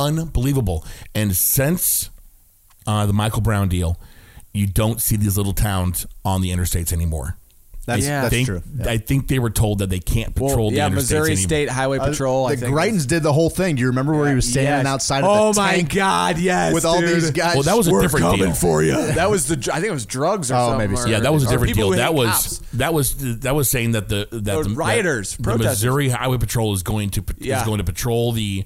A: unbelievable. And since uh, the Michael Brown deal, you don't see these little towns on the interstates anymore.
E: That's,
B: Yeah.
A: I
E: that's
A: think,
E: true.
A: I think they were told that they can't
B: Well,
A: patrol
B: yeah,
A: the interstates
B: Missouri
A: anymore.
B: State Highway Patrol.
E: Uh,
B: I
E: the
B: think.
E: Greitens did the whole thing. Do you remember where he was
B: Yes.
E: standing outside of
B: Oh
E: the
B: my
E: tank
B: god! Yes,
E: with all
B: dude.
E: these guys?
A: Well, that was a
E: "We're
A: different
E: coming
A: deal.
E: for you.
B: That was the. I think it was drugs or
E: Oh,
B: something.
E: maybe so.
B: or-
A: Yeah, that was a
B: or
A: different
B: people
A: deal.
B: who
A: That
B: hate
A: was
B: cops.
A: that was that was saying that the that
B: The
A: the,
B: rioters,
A: that the
B: protesters.
A: Missouri Highway Patrol is going to pat-
B: Yeah.
A: is going to patrol the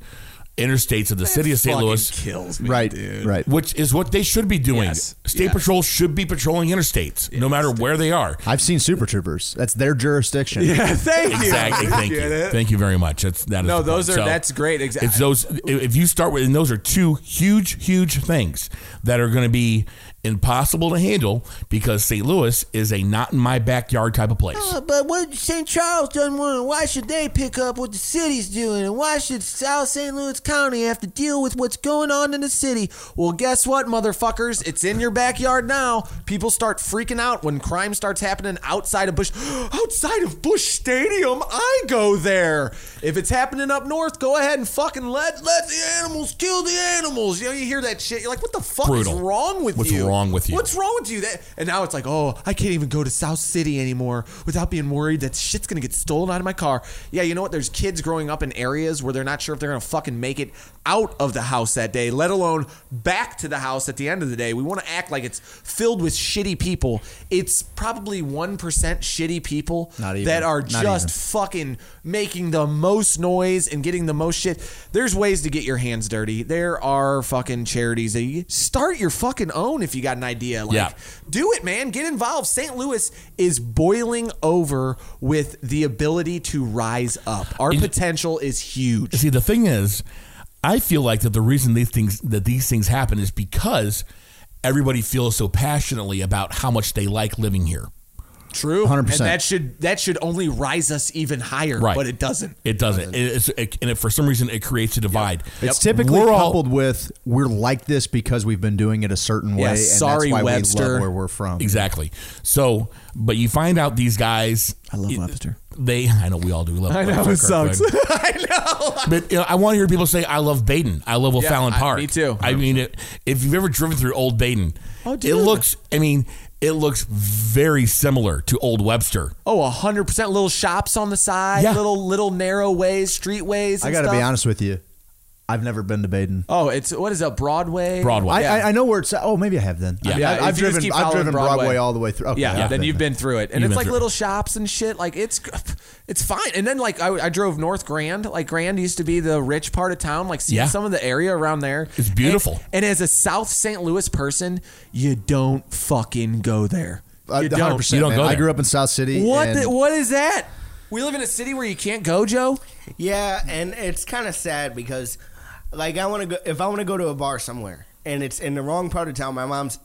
A: interstates of the city of St.
B: Fucking
A: Louis,
B: kills me,
E: Right,
B: dude.
E: right.
A: which is what they should be doing.
B: Yes.
A: State
B: Yes.
A: patrol should be patrolling interstates, no matter where they are.
E: I've seen Super Troopers. That's their jurisdiction.
B: Yeah, thank you.
A: Exactly. Thank you.
B: Get it?
A: Thank you very much. That's that is
B: No,
A: the
B: those
A: point.
B: are-
A: So,
B: that's great. Exa-
A: It's those. If you start with, and those are two huge, huge things that are going to be impossible to handle because St. Louis is a not in my backyard type of place.
M: But what St. Charles doesn't want, why should they pick up what the city's doing? And why should South St. Louis County have to deal with what's going on in the city?
B: Well, guess what, motherfuckers? It's in your backyard now. People start freaking out when crime starts happening outside of Bush. outside of Bush Stadium, I go there. If it's happening up north, go ahead and fucking let let the animals kill the animals. You know, you hear that shit. You're like, what the fuck
A: Brutal.
B: is wrong with
A: What's
B: you?
A: wrong with you?
B: What's wrong with you? That and now it's like, oh, I can't even go to South City anymore without being worried that shit's gonna get stolen out of my car. Yeah, you know what? There's kids growing up in areas where they're not sure if they're gonna fucking make it out of the house that day, let alone back to the house at the end of the day. We want to act like it's filled with shitty people. It's probably one percent shitty people
E: Not even.
B: that are
E: Not
B: just
E: even.
B: fucking making the most noise and getting the most shit. There's ways to get your hands dirty. There are fucking charities that you start your fucking own if you got an idea. Like,
A: Yeah.
B: do it, man. Get involved. St. Louis is boiling over with the ability to rise up. Our potential is huge.
A: See, the thing is, I feel like that the reason these things that these things happen is because everybody feels so passionately about how much they like living here.
B: True.
E: 100%.
B: And that should that should only rise us even higher,
A: Right.
B: but it doesn't.
A: It doesn't. It, it's, it, and it, for some reason, it creates a divide.
E: It's typically
A: We're all-
E: coupled with we're like this because we've been doing it a certain way,
B: Yeah,
E: and
B: sorry,
E: that's why we
B: Webster.
E: love where we're from.
A: Exactly. So, but you find out these guys.
B: I love Webster.
A: They, I know we all do love. I
B: know, it sucks.
A: But you know, I want to hear people say, "I love Baden. I love O'Fallon
B: I-
A: Park."
B: me too.
A: I mean, it, if you've ever driven through Old Baden,
B: Oh,
A: it
B: dude.
A: looks. I mean, it looks very similar to Old Webster.
B: Oh, a hundred percent. Little shops on the side,
A: Yeah.
B: little little narrow ways, street ways.
E: I
B: and
E: got to
B: stuff.
E: be honest with you. I've never been to Baden.
B: Oh, it's what is that? Broadway.
A: Broadway.
E: I, I, I know where it's at. Oh, maybe I have then.
A: Yeah.
E: I mean,
B: Yeah,
E: I,
B: if
E: I've
B: you just
E: driven,
B: keep
E: I've
B: following
E: driven Broadway.
B: Broadway
E: all the way through. Okay,
B: Yeah,
E: I've
B: then you've been through it, and
A: You've been
B: it's like
A: through
B: little shops and shit. Like it's it's fine. And then like I, I drove North Grand. Like Grand used to be the rich part of town. Like seeing
A: Yeah.
B: some of the area around there.
A: It's beautiful.
B: And, and as a South St. Louis person, you don't fucking go there.
E: Uh,
B: You
E: 100%,
B: don't.
A: You don't
E: man.
A: go
E: I
A: there.
E: grew up in South City.
B: What
E: and
B: the, what is that? We live in a city where you can't go, Joe.
D: Yeah, and it's kind of sad because, like, I want to go if I want to go to a bar somewhere and it's in the wrong part of town. My mom's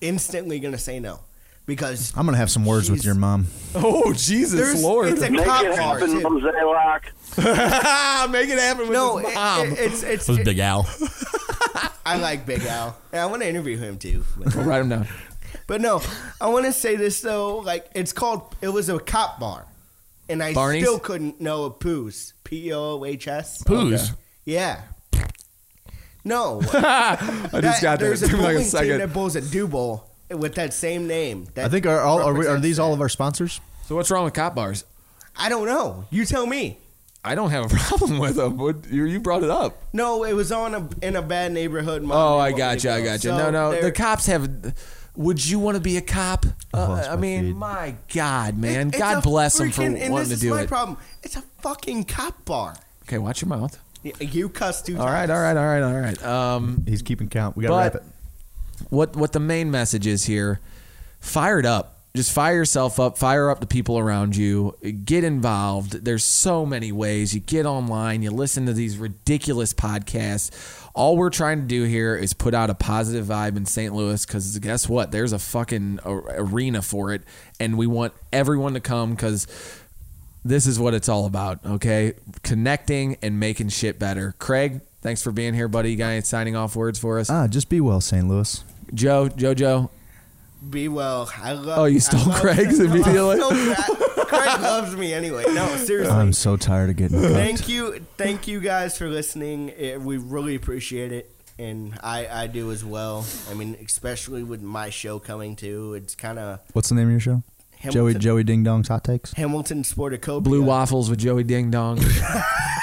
D: instantly gonna say no because
E: I'm gonna have some words with
D: Jeez.
E: your mom.
B: Oh Jesus
D: there's it's a
L: Make
D: cop
L: it
D: bar.
L: happen
D: too.
L: from Zaylock.
B: Make it happen with
D: No,
B: no,
D: it,
B: his mom.
D: it- it's it's.
A: was
D: it-
A: Big Al.
D: I like Big Al, and I want to interview him too.
B: I'll write him down.
D: But no, I want to say this though. Like it's called. It was a cop bar, and I
B: Barney's?
D: still couldn't know a poos. P o h s.
B: Oh,
A: Poos.
D: Yeah. No,
B: I
D: that- there's a bowling team that bowls at Dubowl with that same name. That
E: I think are all are, we, are
D: represents
E: these all
D: that.
E: of our sponsors?
B: So what's wrong with cop bars?
D: I don't know. You tell me.
B: I don't have a problem with them. What, you, you brought it up.
D: No, it was on a in a bad neighborhood. Mom
B: Oh,
D: and
B: I
D: what
B: got you.
D: they
B: I
D: call.
B: got you.
D: So
B: no, no.
D: they're-
B: The cops have. Would you want to be a cop? Uh,
E: lost
B: I
E: my
B: mean,
E: feed.
B: my God,
D: it-
B: man.
D: it's a
B: God bless them for
D: freaking- and
B: wanting to
D: this
B: do
D: is my
B: it.
D: problem. It's a fucking cop bar.
B: Okay, watch your mouth.
D: Y- You cuss two
B: All right, all right, all right, all right. Um,
E: He's keeping count. We gotta
B: But-
E: wrap it.
B: what what the main message is here fired up just fire yourself up fire up the people around you get involved there's so many ways you get online you listen to these ridiculous podcasts all we're trying to do here is put out a positive vibe in St. Louis because guess what? There's a fucking a- arena for it, and we want everyone to come because this is what it's all about, okay? Connecting and making shit better. Craig, thanks for being here, buddy. You got any signing off words for us?
E: Ah, just be well, St. Louis.
B: Joe, Jojo,
D: Be well. I love.
B: Oh, you
D: I
B: stole
D: love-
B: Craig's immediately?
D: No, Craig Craig loves me anyway. No, seriously.
E: I'm so tired of getting. cucked.
D: thank you, thank you guys for listening. It, we really appreciate it, and I I do as well. I mean, especially with my show coming too. It's kind of
E: What's the name of your show? Joey
D: Hamilton,
E: Joey Ding Dong's hot takes.
D: Hamilton Sportacopia.
B: Blue Waffles with Joey Ding Dong.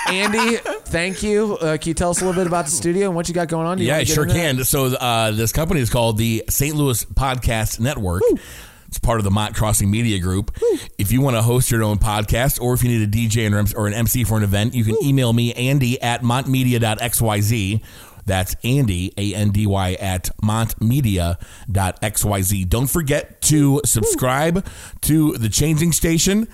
B: Andy, thank you. Uh, can you tell us a little bit about the studio and what you got going on? Do you
A: yeah,
B: wanna
A: I
B: get
A: sure
B: into that?
A: can. So uh, this company is called the St. Louis Podcast Network. It's part of the Mott Crossing Media Group. If you want to host your own podcast, or if you need a DJ and rem- or an MC for an event, you can email me Andy at montmedia.xyz. That's Andy A N D Y at montmedia.xyz. Don't forget to subscribe to the Changing Station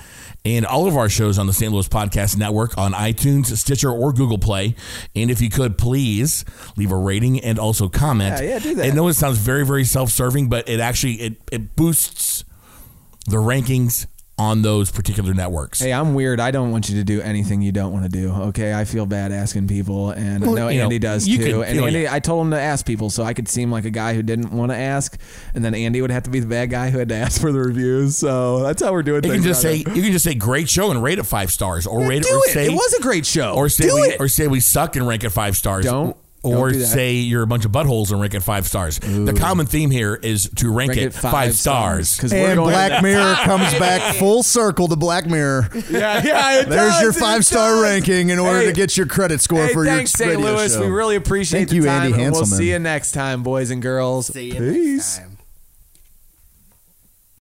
A: and all of our shows on the St. Louis Podcast Network on iTunes, Stitcher, or Google Play. And if you could, please leave a rating and also comment.
B: Yeah, yeah, do that.
A: I know it sounds very, very self-serving, but it actually it, it boosts the rankings on those particular networks.
B: Hey, I'm weird. I don't want you to do anything you don't want to do. Okay, I feel bad asking people, and I know
A: you know,
B: Andy does
A: you
B: too.
A: can
B: and
A: feel
B: Andy,
A: it.
B: I told him to ask people, so I could seem like a guy who didn't want to ask, and then Andy would have to be the bad guy who had to ask for the reviews. So that's how we're doing.
A: you
B: things
A: can just
B: around
A: say
B: here.
A: you can just say great show and rate it five stars, or rate
B: do
A: or
B: it.
A: say
B: it was a great show.
A: or say
B: do
A: we,
B: it.
A: or say we suck and rank it five stars.
B: Don't- don't
A: Or
B: do that.
A: say you're a bunch of buttholes and rank it five stars. The common theme here is to rank, it, five, stars.
B: because we're
E: And
B: going
E: Black Mirror comes back full circle to Black Mirror.
B: Yeah, yeah. It
E: There's
B: does,
E: your
B: it
E: five star
B: does.
E: ranking in order
B: Hey.
E: to get your credit score
B: Hey,
E: for
B: thanks,
E: your
B: St.
E: radio
B: Louis.
E: show.
B: We really appreciate
E: Thank
B: the
E: you,
B: time.
E: Andy
B: and We'll
E: Hanselman.
B: see you next time, boys and girls.
D: See you next time.